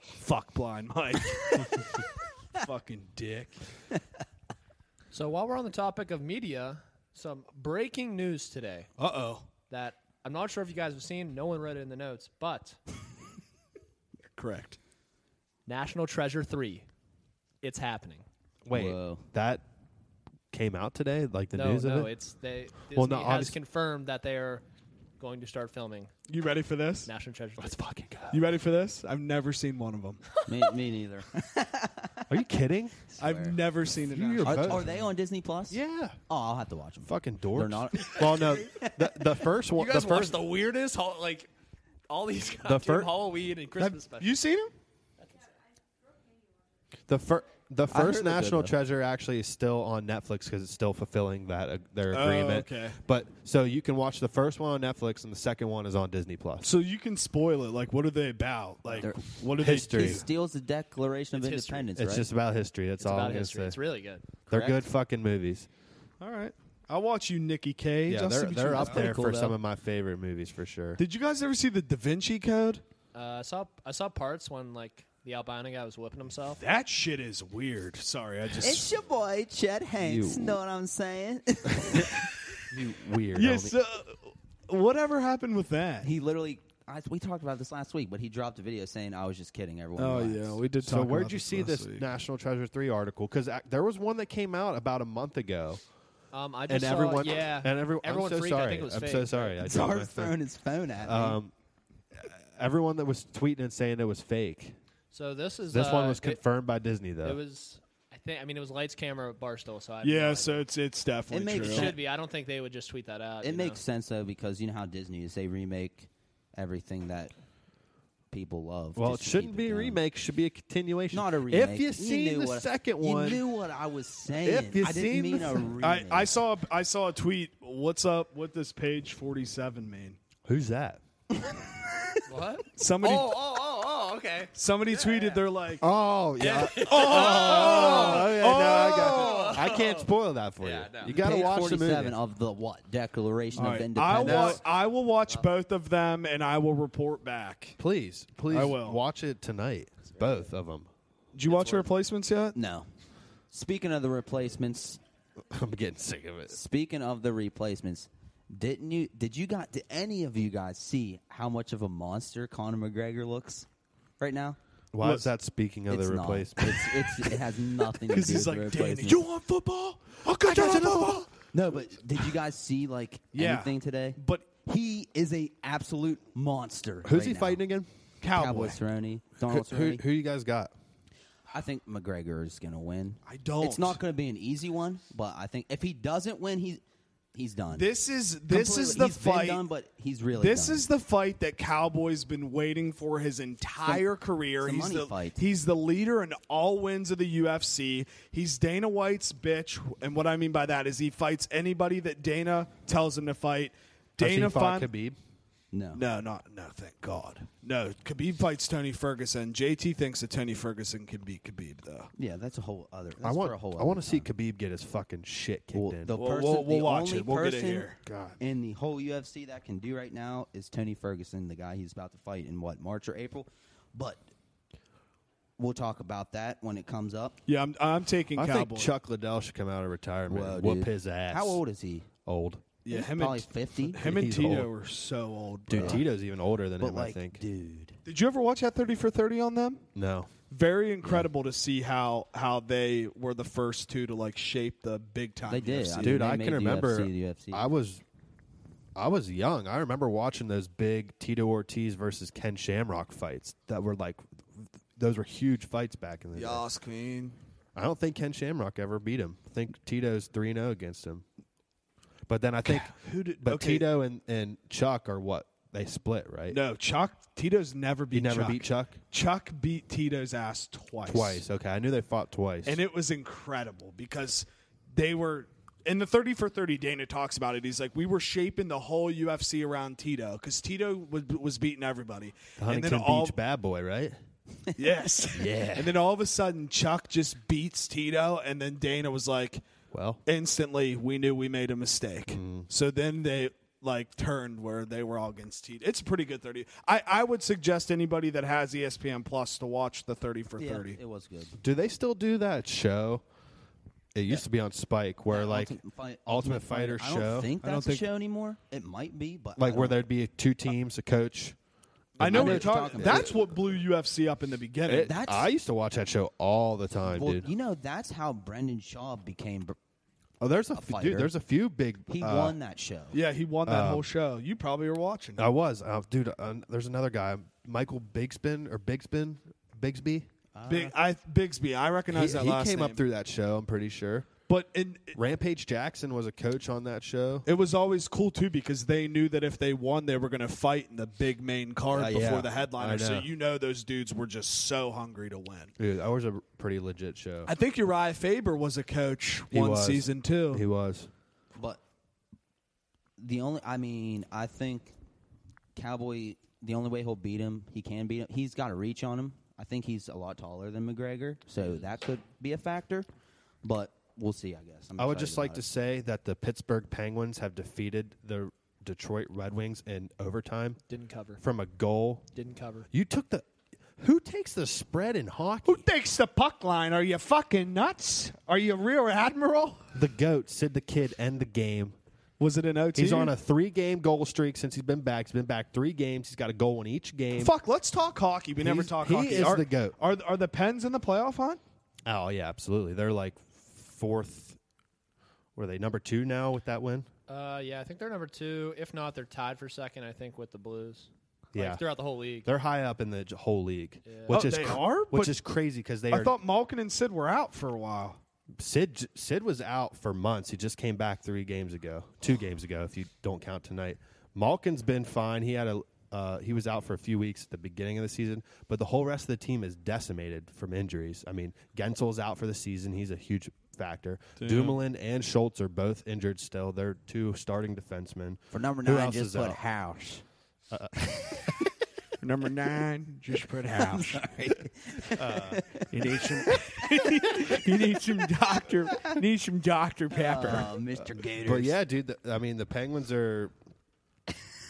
S6: fuck blind mike fucking dick
S1: So while we're on the topic of media, some breaking news today
S6: uh-oh
S1: that I'm not sure if you guys have seen. No one read it in the notes, but
S6: correct
S1: National Treasure Three, it's happening.
S5: Wait,
S4: Whoa.
S5: that came out today, like the
S1: no,
S5: news
S1: no,
S5: of it.
S1: it's they. Disney
S5: Well, no,
S1: has
S5: obvious-
S1: confirmed that they are going to start filming
S6: you ready for this
S1: National Treasure.
S5: Let's
S1: Three.
S5: fucking go.
S6: you ready for this i've never seen one of them
S4: me, me neither.
S5: Are you kidding?
S6: i've never seen it
S5: You're
S4: Are,
S5: both-
S4: are they on Disney Plus?
S5: Yeah.
S4: Oh, I'll have to watch them.
S5: Fucking dorks.
S4: They're not-
S5: well, no. The, the first one.
S1: You guys
S5: the
S1: watch
S5: first.
S1: the weirdest, hol- like all these goddamn
S5: fir-
S1: Halloween and
S6: Have
S1: Christmas specials.
S6: you seen him
S5: The first the
S4: heard
S5: first
S4: they're good,
S5: National
S4: though.
S5: Treasure actually is still on Netflix because it's still fulfilling that uh, their
S6: Oh,
S5: agreement.
S6: okay.
S5: But so you can watch the first one on Netflix and the second one is on Disney Plus.
S6: So you can spoil it. Like, what are they about? Like,
S4: They're-
S6: what are
S5: History.
S6: they?
S4: He steals the Declaration of
S1: It's history.
S4: Independence,
S5: It's
S4: right?
S5: just about history. That's
S1: it's
S5: all
S1: about
S5: I'm gonna
S1: history.
S5: say.
S1: It's really good.
S5: they're
S4: correct.
S5: good fucking movies.
S6: All right, I'll watch you, Nikki K.
S5: Yeah,
S6: Justin
S5: they're they're
S6: Bieber.
S5: up there
S4: cool,
S5: for
S4: though.
S5: some of my favorite movies for sure.
S6: Did you guys ever see the Da Vinci Code?
S1: Uh, I saw I saw parts when like the albino guy was whipping himself.
S6: That shit is weird. Sorry, I just.
S4: It's your boy Chet Hanks.
S5: You-
S4: Know what I'm saying?
S5: you weird.
S6: yes.
S5: homie.
S6: Uh, whatever happened with that?
S4: he literally. I, we talked about this last week, but he dropped a video saying, "I was just kidding, everyone."
S6: oh
S4: relax."
S6: yeah, we did.
S5: So
S6: talk
S5: where'd
S6: about
S5: you see
S6: last
S5: this
S6: week.
S5: National Treasure three article? Because there was one that came out about a month ago,
S1: Um, I just
S5: and
S1: saw,
S5: everyone,
S1: yeah,
S5: and everyone,
S1: everyone
S5: I'm so
S1: freaked.
S5: sorry.
S1: I think it was
S5: I'm
S1: fake.
S5: so sorry. I dropped my
S4: Zara's
S5: phone.
S4: throwing his phone at me.
S5: Um, everyone that was tweeting and saying it was fake.
S1: So this is
S5: This
S1: uh,
S5: one was
S1: it-
S5: confirmed by Disney, though.
S1: It was, I think. I mean, it was lights, camera, barstool. So I have no
S6: Yeah,
S1: idea.
S6: so it's it's definitely
S4: makes
S6: true.
S1: it
S4: sense.
S1: should be. I don't think they would just tweet that out.
S4: it
S1: you
S4: makes
S1: know?
S4: sense though because you know how Disney is—they remake everything that people love.
S5: well, it
S4: just to
S5: shouldn't
S4: keep it
S5: be a
S4: going.
S5: remake; it should be a continuation.
S4: Not a remake.
S5: If you seen
S4: knew
S5: the
S4: what-
S5: second one,
S4: you knew what I was saying.
S5: you
S4: I didn't
S5: seen
S4: mean
S5: the
S4: a
S5: se-
S4: remake.
S6: I, I saw I saw a tweet. What's up? What does page forty seven mean?
S5: who's that?
S1: What?
S6: Somebody
S1: Oh, oh, oh, oh. Okay.
S6: somebody tweeted. They're like,
S5: Oh yeah. oh, yeah, no, I got you. I can't spoil that for
S1: Oh! Yeah,
S5: you.
S1: no.
S5: You gotta
S4: Page
S5: watch the
S4: forty-seven oh.
S5: movie.
S4: of the what Declaration
S6: All
S4: of
S6: right, I
S4: Independence.
S6: will I will watch both of them and I will report back.
S5: Please, please,
S6: I will.
S5: watch it tonight. Both of them.
S6: Did you watch your replacements yet?
S4: No. Speaking of the replacements,
S5: I'm getting sick of it.
S4: Speaking of the replacements, didn't you? Did you got? Did any of you guys see how much of a monster Conor McGregor looks right now?
S5: Why is that speaking of
S4: it's
S5: the
S4: not.
S5: replacement?
S4: It's, it's, it has nothing to do
S6: Because
S4: with
S6: he's
S4: the
S6: like, Danny,
S4: replacement.
S6: you want football? I'll cut you on football.
S4: No, but did you guys see like
S6: Yeah.
S4: anything today?
S6: But-
S4: he is a absolute monster.
S5: Who's
S4: right
S5: he
S4: now.
S5: fighting again?
S4: Cowboy Cerrone,
S5: Who,
S4: Donald
S5: who,
S4: Cerrone.
S5: who you guys got?
S4: I think McGregor is going to win.
S6: I don't.
S4: It's not going to be an easy one, but I think if he doesn't win, he's he's done.
S6: This is this
S4: Completely.
S6: is the
S4: He's been
S6: fight.
S4: done, but he's really
S6: This
S4: done.
S6: is the fight that Cowboy's been waiting for his entire career.
S4: it's a
S6: he's
S4: money
S6: the
S4: fight.
S6: he's the leader in all wins of the UFC. He's Dana White's bitch, and what I mean by that is he fights anybody that Dana tells him to fight.
S5: Has he
S6: Dana
S5: fought
S6: fin-
S5: Khabib.
S4: no.
S6: No, not no. Thank God. No, Khabib fights Tony Ferguson. JT thinks that Tony Ferguson can beat Khabib though.
S4: Yeah, that's a whole other. That's
S5: I want.
S4: for a whole.
S5: I
S4: Other
S5: want to see
S4: time.
S5: Khabib get his fucking shit kicked
S4: Well,
S5: in.
S4: the
S6: We'll-
S4: person,
S6: we'll- we'll
S4: the
S6: watch
S4: only
S6: it. We'll get it
S4: person
S6: here.
S5: God.
S4: in the whole UFC that can do right now is Tony Ferguson, the guy he's about to fight in what March or April. But we'll talk about that when it comes up.
S6: Yeah, I'm I'm taking
S5: I
S6: Cowboy.
S5: think Chuck Liddell should come out of retirement
S4: Whoa,
S5: and whoop
S4: dude.
S5: his ass.
S4: How old is he?
S5: Old.
S6: yeah,
S4: He's
S6: him
S4: probably
S6: and
S4: fifty.
S6: him and
S5: He's
S6: Tito
S5: old.
S6: are so old, bro.
S5: Dude, Tito's even older than
S4: but
S5: him,
S4: like,
S5: I think.
S4: dude,
S6: Did you ever watch that thirty for thirty on them?
S5: No.
S6: very incredible to see how how they were the first two to like shape the big time.
S4: They did.
S6: UFC.
S4: I mean,
S5: Dude,
S4: they
S5: I
S4: made
S5: can
S4: the
S5: remember
S4: UFC, the UFC.
S5: I was I was young. I remember watching those big Tito Ortiz versus Ken Shamrock fights that were like those were huge fights back in the day.
S6: Queen.
S5: I don't think Ken Shamrock ever beat him. I think Tito's 3-0 against him. But then I think
S6: Who did-
S5: but
S6: okay.
S5: Tito and, and Chuck are what? They split, right?
S6: No, Chuck Tito's never beat.
S5: He never
S6: Chuck.
S5: beat Chuck?
S6: Chuck beat Tito's ass twice.
S5: Twice. Okay. I knew they fought twice.
S6: and it was incredible because they were in the 30 for 30 dana talks about it he's like we were shaping the whole ufc around tito because tito was, was beating everybody
S5: the Huntington
S6: and then all
S5: Beach bad boy, right?
S6: yes yeah and then all of a sudden chuck just beats tito and then dana was like
S5: Well, Mm.
S6: instantly we knew we made a mistake. So then they like turned where they were all against T. It's a pretty good 30. I, I would suggest anybody that has E ESPN Plus to watch the 30 for
S4: yeah,
S6: 30.
S4: it was good.
S5: Do they still do that show? It used to be on Spike, where like Ultimate,
S4: Fight-
S5: Fighter
S4: I
S5: show,
S4: don't think
S6: I don't
S4: that's
S6: think-
S4: a show anymore. It might be, but
S5: like
S4: I
S5: where
S4: don't-
S5: there'd be two teams, a coach.
S6: I know
S4: I
S6: what
S4: know
S6: you're
S4: what you're
S6: talking
S4: talking about.
S6: That's what blew UFC up in the beginning.
S5: It-
S4: that's-
S5: I used to watch that show all the time,
S4: Well,
S5: dude.
S4: you know, that's how Brendan Shaw became. br-
S5: oh, there's a, f-
S4: fighter.
S5: dude. There's a few big.
S4: He
S5: uh,
S4: won that show.
S6: yeah, he won that whole show. You probably were watching. it.
S5: I was, uh, dude. Uh, there's another guy, Michael Bigspin or Bigspin, Bigsby.
S4: Uh,
S6: Big I Bigsby. I
S5: He,
S6: recognize that
S5: he
S6: last
S5: came
S6: name.
S5: up through that show. I'm pretty sure.
S6: But in,
S5: Rampage Jackson was a coach on that show.
S6: it was always cool too because they knew that if they won, they were going to fight in the big main card
S5: Uh,
S6: before
S5: yeah.
S6: the headliner.
S5: I
S6: So
S5: know.
S6: you know those dudes were just so hungry to win.
S5: Dude, that was a pretty legit show.
S6: I think Uriah Faber was a coach
S5: He
S6: one
S5: was.
S6: season too.
S5: he was.
S4: But the only, I mean, I think Cowboy. The only way he'll beat him, he can beat him. He's got a reach on him. I think he's a lot taller than McGregor, so that could be a factor. But we'll see. I guess. I'm
S5: I would
S4: excited
S5: just like
S4: about
S5: to
S4: it.
S5: say that the Pittsburgh Penguins have defeated the Detroit Red Wings in overtime
S1: Didn't cover.
S5: from a goal.
S1: Didn't cover.
S5: You took the who takes the spread in hockey?
S6: Who takes the puck line? Are you fucking nuts? Are you Rear Admiral?
S5: the goat Sid the Kid end the game.
S6: Was it an OT?
S5: He's on a three-game goal streak since he's been back. He's been back three games. He's got a goal in each game.
S6: Fuck, let's talk hockey. We never
S5: He's-
S6: talk
S5: he
S6: hockey.
S5: is
S6: are,
S5: the goat.
S6: Are, are the Pens in the playoff hunt?
S5: Oh yeah, absolutely. They're like fourth. Were they number two now with that win?
S1: Uh, yeah, I think they're number two. If not, they're tied for second. I think with the Blues. Like,
S5: Yeah.
S1: throughout the whole league.
S5: They're high up in the j- whole league, which
S6: Oh,
S5: is
S6: they are?
S5: which
S6: But-
S5: is crazy because they
S6: I
S5: are
S6: thought Malkin and Sid were out for a while.
S5: Sid j- Sid was out for months. He just came back three games ago, two games ago, if you don't count tonight. Malkin's been fine. He had a uh, he was out for a few weeks at the beginning of the season, but the whole rest of the team is decimated from injuries. I mean, Gensel's out for the season. He's a huge factor. Dumoulin and Schultz are both injured still. They're two starting defensemen.
S4: for number
S5: Who
S4: nine,
S5: else
S4: just
S5: is
S4: put
S5: out?
S4: House.
S6: Number nine, just put house. Uh.
S2: You need some. you need some doctor. Need some Dr Pepper.
S4: Uh, Mr. Gators.
S5: But yeah, dude, the, I mean, the Penguins are.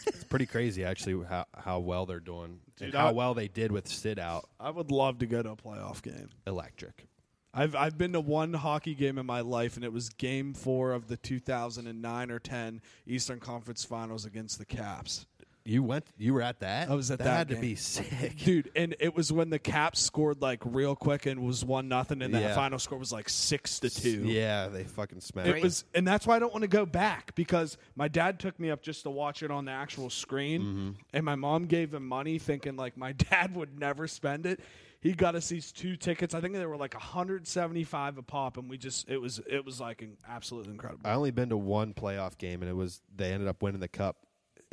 S5: It's pretty crazy, actually, how, how well they're doing and
S6: Dude,
S5: how
S6: I-
S5: well they did with Sid out.
S6: I would love to go to a playoff game.
S5: Electric.
S6: I've I've been to one hockey game in my life, and it was Game Four of the 2009 or 10 Eastern Conference Finals against the Caps.
S5: You went. You were at that.
S6: I was at that.
S5: That had
S6: game.
S5: to be sick.
S6: dude. And it was when the Caps scored like real quick and was one nothing, and that
S5: Yeah.
S6: final score was like six to two.
S5: Yeah, they fucking smashed.
S6: It was, and that's why I don't want to go back because my dad took me up just to watch it on the actual screen,
S5: Mm-hmm.
S6: and my mom gave him money, thinking like my dad would never spend it. He got us these two tickets. I think they were like 175 a pop, and we just it was it was like an absolutely incredible.
S5: I only been to one playoff game, and it was they ended up winning the cup,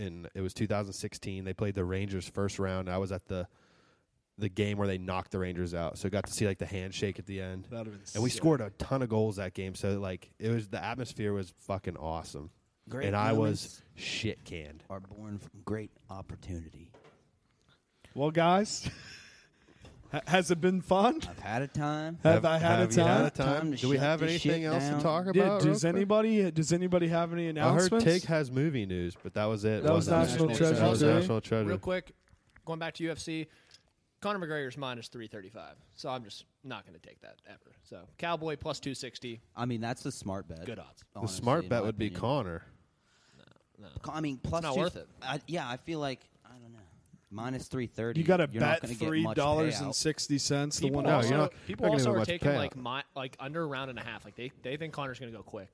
S5: and it was 2016. They played the Rangers first round. I was at the the game where they knocked the Rangers out, so got to see like the handshake at the end.
S6: That'd have been
S5: and we
S6: sick.
S5: scored a ton of goals that game, so like it was the atmosphere was fucking awesome.
S4: Great
S5: and I was
S4: moments.
S5: shit canned.
S4: Are born from great opportunity.
S6: Well, guys, ha- has it been fun?
S4: I've had a time.
S6: Have, I had a
S5: have you
S6: time?
S5: a time?
S4: Time to
S5: Do we
S4: shut
S5: have
S4: this shit
S5: anything else
S4: down.
S5: to talk about?
S6: Yeah,
S5: real
S6: does
S5: quick?
S6: anybody does anybody have any
S5: I heard
S6: announcements?
S5: Tig has movie news, but that was it.
S6: That was
S5: wasn't it?
S6: National eh?
S1: Treasure
S5: That was
S6: Day.
S5: National Treasure.
S1: Real quick, going back to UFC, Conor McGregor's minus 335. So I'm just not going to take that ever. So Cowboy plus 260,
S4: I mean, that's the smart bet.
S1: good odds.
S5: The
S4: honestly,
S5: smart
S4: in
S5: bet
S4: my
S5: would be
S4: opinion.
S5: Connor.
S4: Co- I mean, plus
S1: not
S4: two-
S1: worth it.
S4: I, yeah, I feel like I don't know. Minus three thirty.
S6: You got to
S4: to
S6: bet three dollars and sixty cents. The
S1: People
S6: one
S5: No,
S1: also,
S5: you're not-
S1: people
S5: not gonna
S1: also
S5: get
S1: are
S5: much
S1: taking
S5: payout.
S1: like my, like under a round and a half. Like they, they think Connor's going to go quick.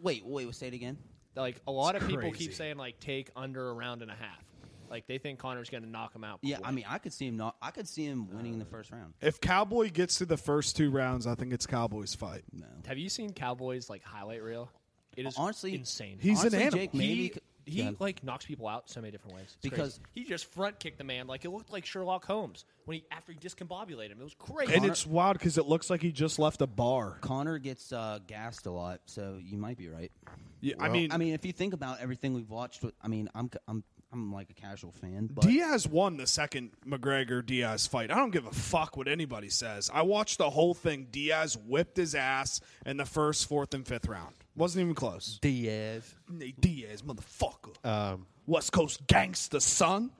S4: Wait, wait, say it again.
S1: Like a lot
S6: It's
S1: of people
S6: crazy.
S1: keep saying like take under a round and a half. Like they think Connor's going to knock him out.
S4: Yeah,
S1: quick.
S4: I mean, I could see him not. I could see him winning
S1: Uh,
S4: the first round.
S6: If Cowboy gets to the first two rounds, I think it's Cowboy's fight.
S4: No.
S1: have you seen Cowboy's like highlight reel? It is
S4: Honestly,
S1: insane.
S6: He's
S4: Honestly,
S6: an animal.
S4: Jake,
S1: he
S4: maybe
S1: he
S4: Yeah.
S1: like knocks people out so many different ways. It's
S4: Because-
S1: crazy. he just front kicked the man like it looked like Sherlock Holmes when he after he discombobulated him. It was crazy.
S6: and it's wild because it looks like he just left a bar.
S4: Connor gets uh, gassed a lot, so you might be right.
S6: Yeah, I mean,
S4: I mean, if you think about everything we've watched, with- I mean, I'm c- I'm I'm like a casual fan, but
S6: Diaz won the second McGregor Diaz fight. I don't give a fuck what anybody says. I watched the whole thing. Diaz whipped his ass in the first, fourth, and fifth round. Wasn't even close.
S5: Diaz.
S6: Nate Diaz, motherfucker.
S5: Um,
S6: West Coast gangster, son.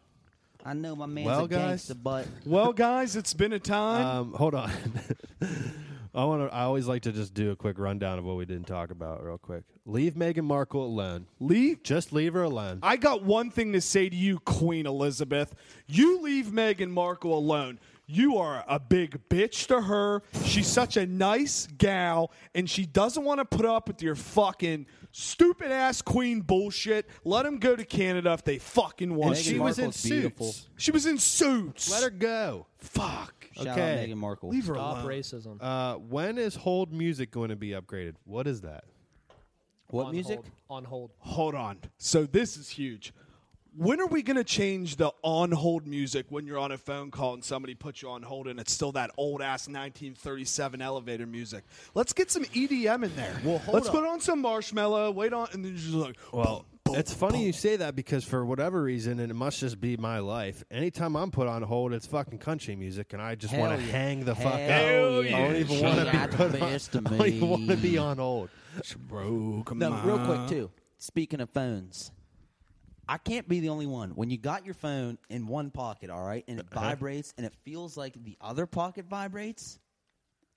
S4: I know my man's
S5: Well,
S4: a
S5: guys.
S4: gangster, but
S6: Well, guys, it's been a time.
S5: um, hold on. I want to. I always like to just do a quick rundown of what we didn't talk about, real quick. Leave Meghan Markle alone.
S6: Lee,
S5: Just leave her alone.
S6: I got one thing to say to you, Queen Elizabeth. You leave Meghan Markle alone. You are a big bitch to her. She's such a nice gal, and she doesn't want to put up with your fucking stupid ass queen bullshit. Let them go to Canada if they fucking want.
S4: Meghan
S5: she
S6: to.
S5: was in
S4: Markle's beautiful.
S5: suits.
S6: she was in suits.
S5: Let her go.
S6: fuck.
S4: shout out
S5: Okay.
S4: Meghan Markle.
S6: Leave her
S1: stop
S6: alone.
S1: racism.
S5: Uh, when is hold music going to be upgraded? What is that?
S4: what
S1: on
S4: music?
S1: hold, on hold.
S6: Hold on. So this is huge. When are we going to change the on hold music when you're on a phone call and somebody puts you on hold and it's still that old ass 1937 elevator music? Let's get some EDM in there.
S5: Well, hold
S6: Let's
S5: on.
S6: put on some marshmallow, wait on, and then you're just like, boom,
S5: Well,
S6: boom,
S5: it's funny
S6: boom.
S5: you say that because for whatever reason, and it must just be my life. Anytime I'm put on hold, it's fucking country music, and I just
S4: Hell
S5: want to
S4: yeah.
S5: hang the fuck
S4: Hell
S5: out. I don't
S4: yeah.
S5: even
S4: She
S5: want to
S4: got the
S5: be put on.
S4: best of
S5: I don't even want to
S4: me.
S5: be on hold.
S4: Mm.
S6: Bro, come
S4: No,
S6: on.
S4: real quick too. Speaking of phones, I can't be the only one. When you got your phone in one pocket, all right, and
S5: Uh-huh.
S4: it vibrates, and it feels like the other pocket vibrates.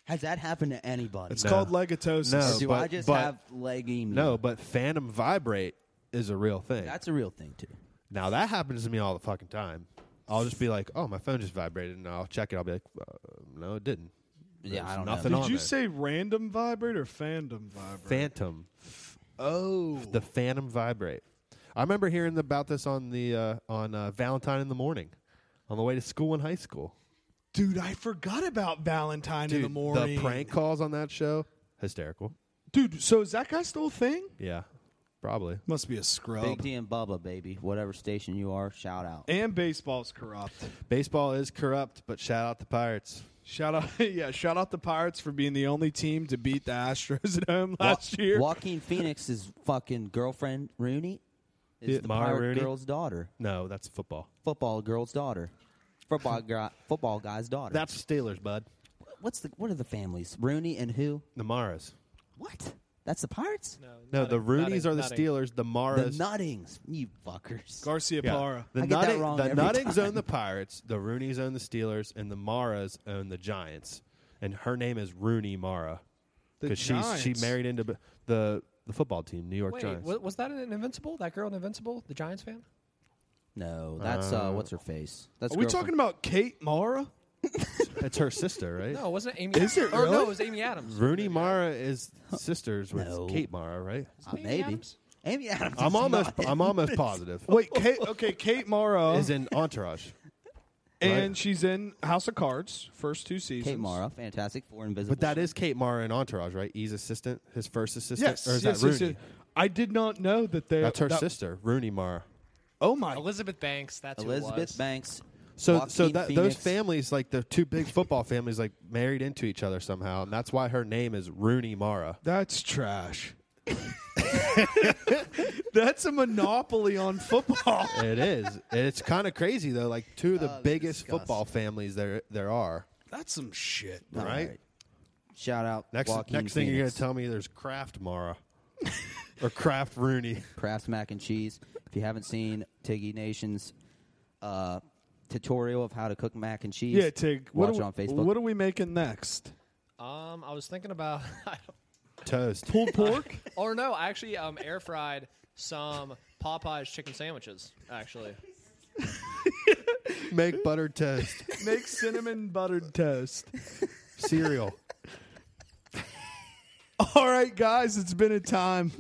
S4: Has that happened to anybody?
S6: It's
S5: No.
S6: called legatosis.
S5: No.
S4: Or do I
S5: but-
S4: just
S5: but-
S4: have leg emu?
S5: No, but Phantom Vibrate is a real thing.
S4: that's a real thing too.
S5: now that happens to me all the fucking time. I'll just be like, "Oh, my phone just vibrated," and I'll check it. I'll be like, uh, "No, it didn't."
S4: Yeah, I don't
S5: nothing
S4: know.
S5: on
S6: Did you
S5: there.
S6: say random vibrate or fandom vibrate?
S5: Phantom,
S6: oh.
S5: the Phantom Vibrate. I remember hearing about this on the uh, on uh, Valentine in the morning, on the way to school in high school.
S6: Dude, I forgot about Valentine in the
S5: Dude,
S6: morning.
S5: prank calls on that show, hysterical.
S6: Dude, so is that guy still a thing?
S5: Yeah, probably.
S6: Must be a
S5: Oh.
S6: scrub.
S4: Big D and Bubba, baby. Whatever station you are, shout out.
S6: And baseball's corrupt.
S5: Baseball is corrupt, but shout out the Pirates.
S6: Shout out, yeah, shout out the Pirates for being the only team to beat the Astros at home last
S4: Wa-
S6: year.
S4: Joaquin Phoenix's fucking girlfriend Rooney is
S5: Yeah,
S4: the
S5: Mara
S4: pirate
S5: Rooney?
S4: girl's daughter,
S5: No, that's football.
S4: football girl's daughter, football guy, football guy's daughter.
S5: That's Steelers, bud.
S4: what's the what are the families? Rooney and who?
S5: The Maras.
S4: What? That's the Pirates?
S1: No,
S5: No,
S1: nutting,
S5: the Rooneys
S1: nutting,
S5: are the
S1: nutting.
S5: Steelers. The
S4: The
S5: Maras.
S4: Nuttings, you fuckers.
S6: Garcia
S5: Yeah.
S6: Parra.
S5: The
S4: I get that
S5: Nutting-
S4: wrong
S5: the
S4: every
S5: Nuttings
S4: time.
S5: own the Pirates. The Rooneys own the Steelers, and the Maras own the Giants. and her name is Rooney Mara
S6: The
S5: because she's she
S6: Giants.
S5: married into b- the the football team, New York
S1: Wait,
S5: Giants.
S1: wa- was that an Invincible? That girl in Invincible, the Giants fan?
S4: No, that's uh, what's her face? That's Uh,
S6: Are we
S4: girl from-
S6: talking about Kate Mara?
S5: That's her sister, right?
S1: No, wasn't it Amy? Is it Or no, it was Amy Adams.
S5: Rooney Mara is sisters with
S4: No.
S5: Kate Mara, right?
S4: Uh,
S1: Amy
S4: maybe
S1: Adams?
S4: Amy Adams. is
S5: I'm almost
S4: not-
S5: I'm almost positive.
S6: Wait, Kate, okay, Kate Mara
S5: Is in Entourage.
S6: and
S5: right.
S6: she's in House of Cards, first two seasons.
S4: Kate Mara, Fantastic Four, Invisible.
S5: But that is Kate Mara in Entourage, right? E's assistant, his first assistant,
S6: Yes,
S5: or is
S6: yes,
S5: that
S6: yes,
S5: Rooney?
S6: yes. I did not know that they.
S5: That's her
S6: that-
S5: sister, Rooney Mara.
S6: Oh my!
S1: Elizabeth Banks. That's who it was.
S4: Elizabeth Banks.
S5: So, so
S4: Joaquin
S5: that, those
S4: Phoenix.
S5: families, like the two big football families, like married into each other somehow, and that's why her name is Rooney Mara.
S6: That's trash. That's a monopoly on football.
S5: It is. And It's kind of crazy though. Like two of the
S4: Oh,
S5: biggest
S4: disgusting.
S5: football families there there are.
S6: That's some shit.
S4: All
S5: Right?
S4: Shout out.
S5: Next,
S4: Joaquin
S5: next thing you're gonna
S4: Phoenix.
S5: tell me, there's Kraft Mara or Kraft Rooney.
S4: Kraft mac and cheese. If you haven't seen Tiggy Nation's uh, tutorial of how to cook mac and cheese,
S6: Yeah, Tig. What
S4: watch it
S6: are, we-
S4: on Facebook.
S6: What are we making next?
S1: Um, I was thinking about.
S5: Toast.
S6: Pulled pork.
S1: or no, I actually um, air fried some Popeyes chicken sandwiches. Actually,
S5: Make buttered toast.
S6: Make cinnamon buttered toast.
S5: Cereal.
S6: All right, guys, it's been a time.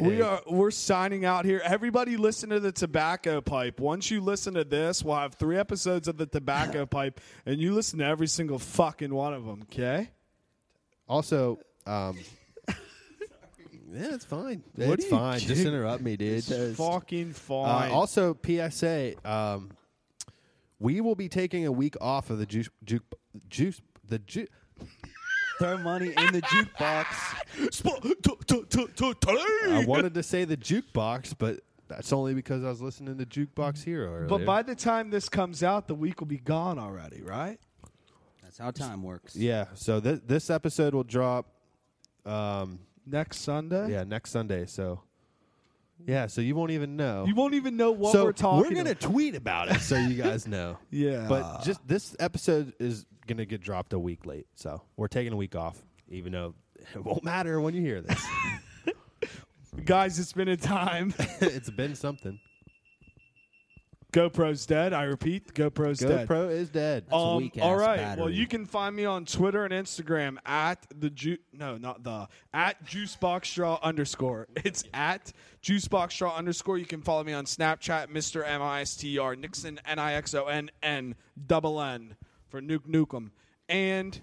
S6: we are we're signing out here. Everybody, listen to the tobacco pipe. Once you listen to this, we'll have three episodes of the tobacco pipe, and you listen to every single fucking one of them. Okay?
S5: Also, um, yeah, it's fine.
S6: What
S5: it's
S6: are you
S5: fine. Just
S6: kidding?
S5: interrupt me, dude.
S6: Fucking fine.
S5: Uh, also, PSA: um, we will be taking a week off of the juice, juice, juice the ju-
S4: Throw money in the jukebox.
S5: I wanted to say the jukebox, but that's only because I was listening to Jukebox Hero earlier.
S6: but by the time this comes out, the week will be gone already, right?
S4: That's how time works.
S5: yeah, so th- this episode will drop. Um,
S6: Next Sunday.
S5: yeah, next Sunday. So, yeah, so you won't even know.
S6: You won't even know what
S5: so
S6: we're talking.
S5: gonna
S6: about.
S5: tweet about it, so you guys know.
S6: Yeah.
S5: But just this episode is gonna get dropped a week late, so we're taking a week off, even though it won't matter when you hear this.
S6: guys, it's been a time.
S5: it's been something.
S6: GoPro's dead. I repeat, the GoPro's dead. Oh.
S5: GoPro is dead.
S4: That's a weak-ass
S6: Um, all right. Well,
S4: battery.
S6: you can find me on Twitter and Instagram at the ju- no, not the at juiceboxstraw underscore. It's at juiceboxstraw underscore. You can follow me on Snapchat, Mister M I S T E R Nixon N I X O N N double N for Nuke Nukem, and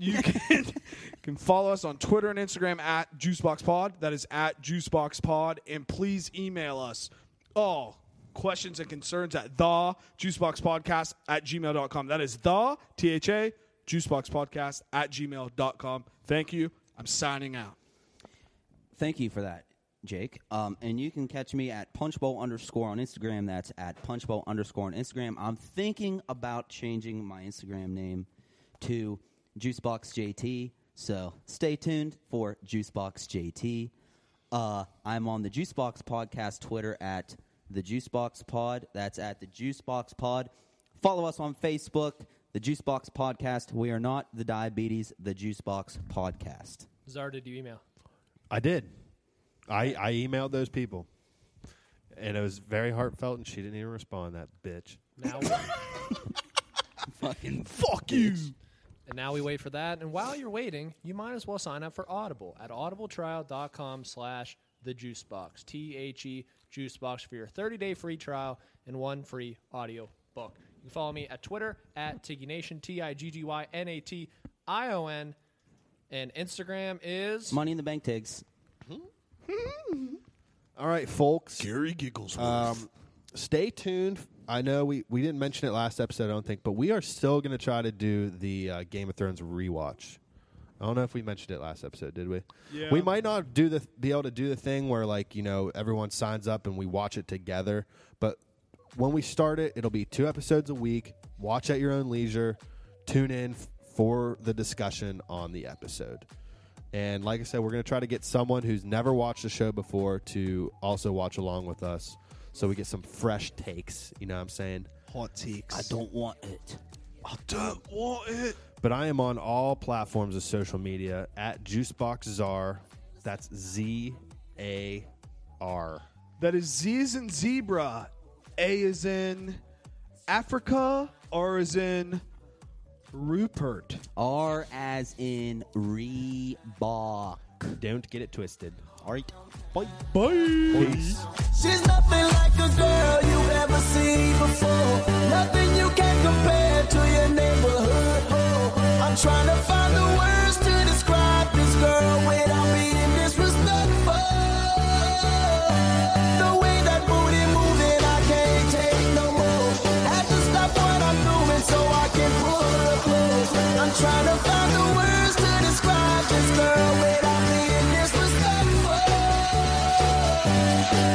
S6: you can can follow us on Twitter and Instagram at JuiceboxPod. That is at JuiceboxPod, and please email us all questions and concerns at the juiceboxpodcast at gmail.com. That is the T H A juiceboxpodcast at gmail.com. Thank you. I'm signing out.
S4: Thank you for that, Jake. Um, and you can catch me at punchbowl underscore on Instagram. That's at punchbowl underscore on Instagram. I'm thinking about changing my Instagram name to JuiceboxJT. So stay tuned for JuiceboxJT. Uh, I'm on the Juicebox Podcast Twitter at the Juicebox Pod. That's at the Juicebox Pod. Follow us on Facebook, the Juicebox Podcast. We are not the Diabetes, the Juicebox Podcast.
S1: Czar, did you email?
S5: I did. I I emailed those people, and it was very heartfelt, and she didn't even respond. That bitch.
S1: Now,
S4: Fucking
S6: Fuck you.
S1: and now we wait for that. And while you're waiting, you might as well sign up for Audible at audibletrial.com slash the juicebox. T-H-E juicebox E for your 30-day free trial and one free audio book. You can follow me at Twitter at TiggyNation, T-I-G-G-Y-N-A-T-I-O-N. And Instagram is...
S4: Money in the Bank takes.
S5: All right, folks.
S6: Gary giggles.
S5: Um, stay tuned. I know we, we didn't mention it last episode, I don't think, but we are still going to try to do the uh, Game of Thrones rewatch. I don't know if we mentioned it last episode, did we?
S6: Yeah.
S5: We might not do the be able to do the thing where like you know everyone signs up and we watch it together. But when we start it, it'll be two episodes a week. Watch at your own leisure. Tune in f- for the discussion on the episode. And like I said, we're going to try to get someone who's never watched the show before to also watch along with us so we get some fresh takes. You know what I'm saying?
S6: Hot takes.
S4: I don't want it.
S6: I don't want it.
S5: But I am on all platforms of social media at JuiceboxZar. That's Z A R.
S6: That is Z is in zebra, A is in Africa, R is in Rupert.
S4: R as in Reebok.
S5: Don't get it twisted.
S4: All right.
S3: She's nothing like a girl you've ever seen before. Nothing you can compare to your neighborhood. Oh, I'm trying to find the words to describe this girl without being disrespectful. The way that booty moving, I can't take no more. Had to stop what I'm doing so I can pull her close. I'm trying to find the words to describe this girl without being disrespectful.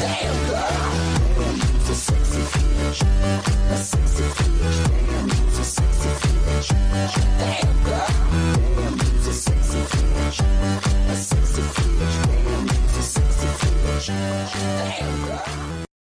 S3: Damn girl. So sexy bitch. A sexy bitch. Damn. So sexy bitch. Damn girl. Damn. So sexy bitch. A sexy bitch. Damn. So sexy bitch. Damn girl.